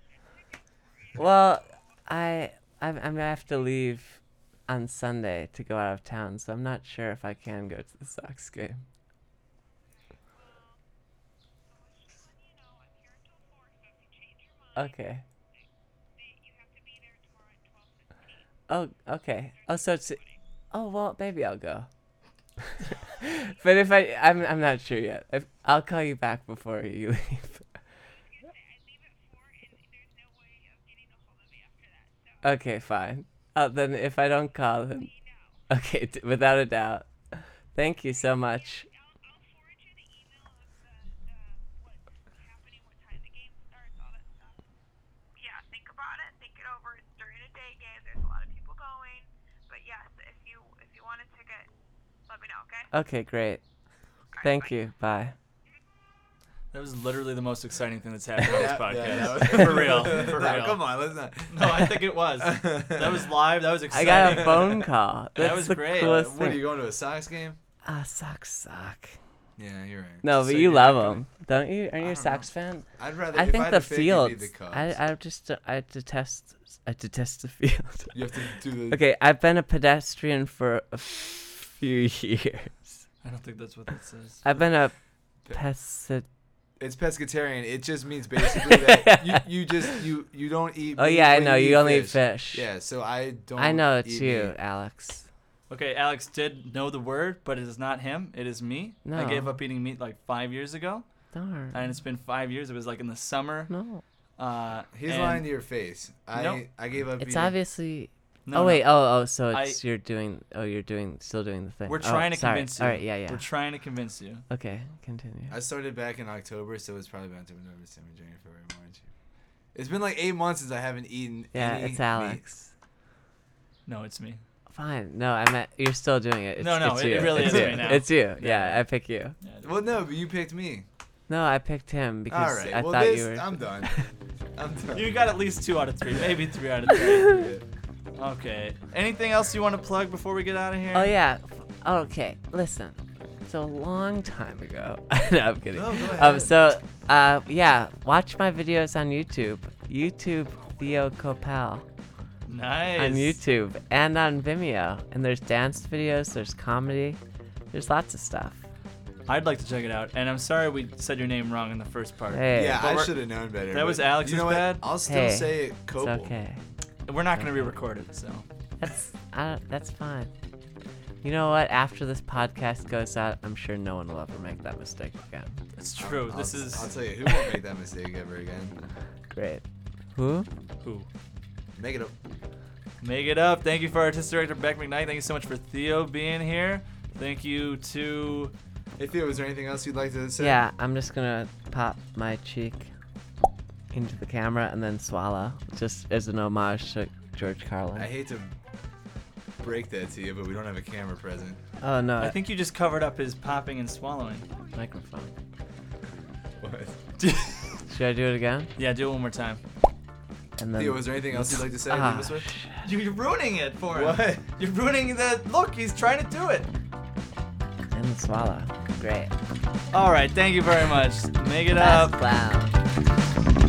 Speaker 4: Well, I I I'm gonna have to leave on Sunday to go out of town, so I'm not sure if I can go to the Sox game. Okay. Oh, okay. Oh, so it's. Oh well, maybe I'll go. but if I, I'm, I'm not sure yet. If, I'll call you back before you leave. Okay, fine. Uh, then if I don't call, then okay, d- without a doubt. Thank you so much.
Speaker 5: Yeah, think about it. Think it over. It's during a day game. There's a lot of people going. But yes, if you if you want a ticket, let me know. Okay.
Speaker 4: Okay, great. Thank you. Bye.
Speaker 2: That was literally the most exciting thing that's happened on this podcast.
Speaker 1: yeah,
Speaker 2: for real. For
Speaker 1: No,
Speaker 2: real.
Speaker 1: Come on, let's not.
Speaker 2: No, I think it was. That was live. That was
Speaker 4: I
Speaker 2: exciting.
Speaker 4: got a phone call. That's
Speaker 2: was
Speaker 4: the
Speaker 2: great.
Speaker 4: coolest
Speaker 1: What are you
Speaker 4: thing.
Speaker 1: going to a Sox game?
Speaker 4: Ah, Sox suck.
Speaker 1: Yeah, you're right.
Speaker 4: No,
Speaker 1: So
Speaker 4: but you
Speaker 1: you're
Speaker 4: love
Speaker 1: not gonna-
Speaker 4: them, don't you? Aren't you
Speaker 1: I
Speaker 4: a
Speaker 1: don't
Speaker 4: Sox fan?
Speaker 1: I'd rather.
Speaker 4: I
Speaker 1: if
Speaker 4: think
Speaker 1: had
Speaker 4: the
Speaker 1: to pick, it'd be
Speaker 4: field.
Speaker 1: The Cubs.
Speaker 4: I I just I detest I detest the field.
Speaker 1: you have to do the.
Speaker 4: okay, I've been a pedestrian for a few years.
Speaker 2: I don't think that's what that says.
Speaker 4: I've been a pescet.
Speaker 1: It's pescatarian. It just means basically that you, you just you you don't eat.
Speaker 4: Oh
Speaker 1: meat,
Speaker 4: yeah, I
Speaker 1: but
Speaker 4: know you only eat fish.
Speaker 1: Yeah, so I don't.
Speaker 4: I know it's
Speaker 1: eat
Speaker 4: you,
Speaker 1: meat.
Speaker 4: Alex.
Speaker 2: Okay, Alex did know the word, but it is not him. It is me. I
Speaker 4: No.
Speaker 2: gave up eating meat like five years ago,
Speaker 4: Darn.
Speaker 2: and it's been five years. It was like in the summer.
Speaker 4: no,
Speaker 2: Uh,
Speaker 1: He's
Speaker 2: and-
Speaker 1: lying to your face. I
Speaker 2: No.
Speaker 1: I gave up.
Speaker 4: it's
Speaker 1: eating-
Speaker 4: obviously.
Speaker 2: No,
Speaker 4: oh
Speaker 2: no.
Speaker 4: wait. Oh oh. So
Speaker 2: I-
Speaker 4: it's you're doing. Oh, you're doing. Still doing the thing.
Speaker 2: We're
Speaker 4: Oh,
Speaker 2: trying to
Speaker 4: sorry.
Speaker 2: convince you.
Speaker 4: All right. Yeah yeah.
Speaker 2: We're trying to convince you.
Speaker 4: okay. Continue.
Speaker 1: I started back in October, so it's probably been October, November, December, January, February, March. It's been like eight months since I haven't eaten.
Speaker 4: yeah,
Speaker 1: any
Speaker 4: it's Alex.
Speaker 2: No, it's me.
Speaker 4: Fine. No, I meant you're still doing it. It's,
Speaker 2: No, no,
Speaker 4: it's
Speaker 2: it-
Speaker 4: you.
Speaker 2: it really
Speaker 4: it's
Speaker 2: is
Speaker 4: you.
Speaker 2: right now.
Speaker 4: It's you.
Speaker 2: Yeah.
Speaker 4: Yeah, I pick you.
Speaker 2: Yeah,
Speaker 1: meat. Well, no, but you picked me.
Speaker 4: No, I picked him
Speaker 1: All
Speaker 4: because
Speaker 1: right.
Speaker 4: I
Speaker 1: well,
Speaker 4: thought
Speaker 1: this,
Speaker 4: you were.
Speaker 1: I'm done. I'm done.
Speaker 2: You got at least two out of three, maybe three out of three. Okay. Anything else you want to plug before we get out of here?
Speaker 4: Oh yeah. F- Okay, listen. So a long time ago. no, I'm kidding.
Speaker 1: No, go
Speaker 4: Um,
Speaker 1: ahead.
Speaker 4: so uh, yeah, watch my videos on YouTube. YouTube Theo Coppell
Speaker 2: Nice.
Speaker 4: on YouTube and on Vimeo. And there's dance videos. There's comedy. There's lots of stuff.
Speaker 2: I'd like to check it out. And I'm sorry we said your name wrong in the first part.
Speaker 4: Hey,
Speaker 1: Yeah,
Speaker 2: But
Speaker 1: I
Speaker 2: we're-
Speaker 1: should have known better.
Speaker 2: that was
Speaker 1: but
Speaker 2: Alex's
Speaker 1: you know what?
Speaker 2: bad.
Speaker 1: I'll still
Speaker 4: Hey,
Speaker 1: say it.
Speaker 4: it's
Speaker 1: Copal.
Speaker 4: okay.
Speaker 2: We're not going to re-record it, so.
Speaker 4: That's I, don't- that's fine. You know what? After this podcast goes out, I'm sure no one will ever make that mistake again.
Speaker 2: It's true.
Speaker 1: I'll-
Speaker 2: this is
Speaker 1: I'll tell you who won't make that mistake ever again.
Speaker 4: Great. Who?
Speaker 2: who.
Speaker 1: Make it up.
Speaker 2: Make it up. Thank you for artistic director Beck McKnight. Thank you so much for Theo being here. Thank you to
Speaker 1: Hey Theo, is there anything else you'd like to say?
Speaker 4: Yeah, I'm just gonna pop my cheek into the camera and then swallow, just as an homage to George Carlin.
Speaker 1: I hate to break that to you, but we don't have a camera present.
Speaker 4: oh no,
Speaker 2: I think you just covered up his popping and swallowing.
Speaker 4: microphone.
Speaker 1: What?
Speaker 4: Should I do it again?
Speaker 2: yeah, do it one more time.
Speaker 4: And then.
Speaker 1: Theo, is there anything else you'd like to say?
Speaker 4: Ah,
Speaker 1: leave us with?
Speaker 4: sh-
Speaker 2: You- You're ruining it for him.
Speaker 1: What?
Speaker 2: You're ruining the look. He's trying to do it.
Speaker 4: and the swallow. Great.
Speaker 2: All right. Thank you very much. Make it
Speaker 4: Best
Speaker 2: up.
Speaker 4: clown.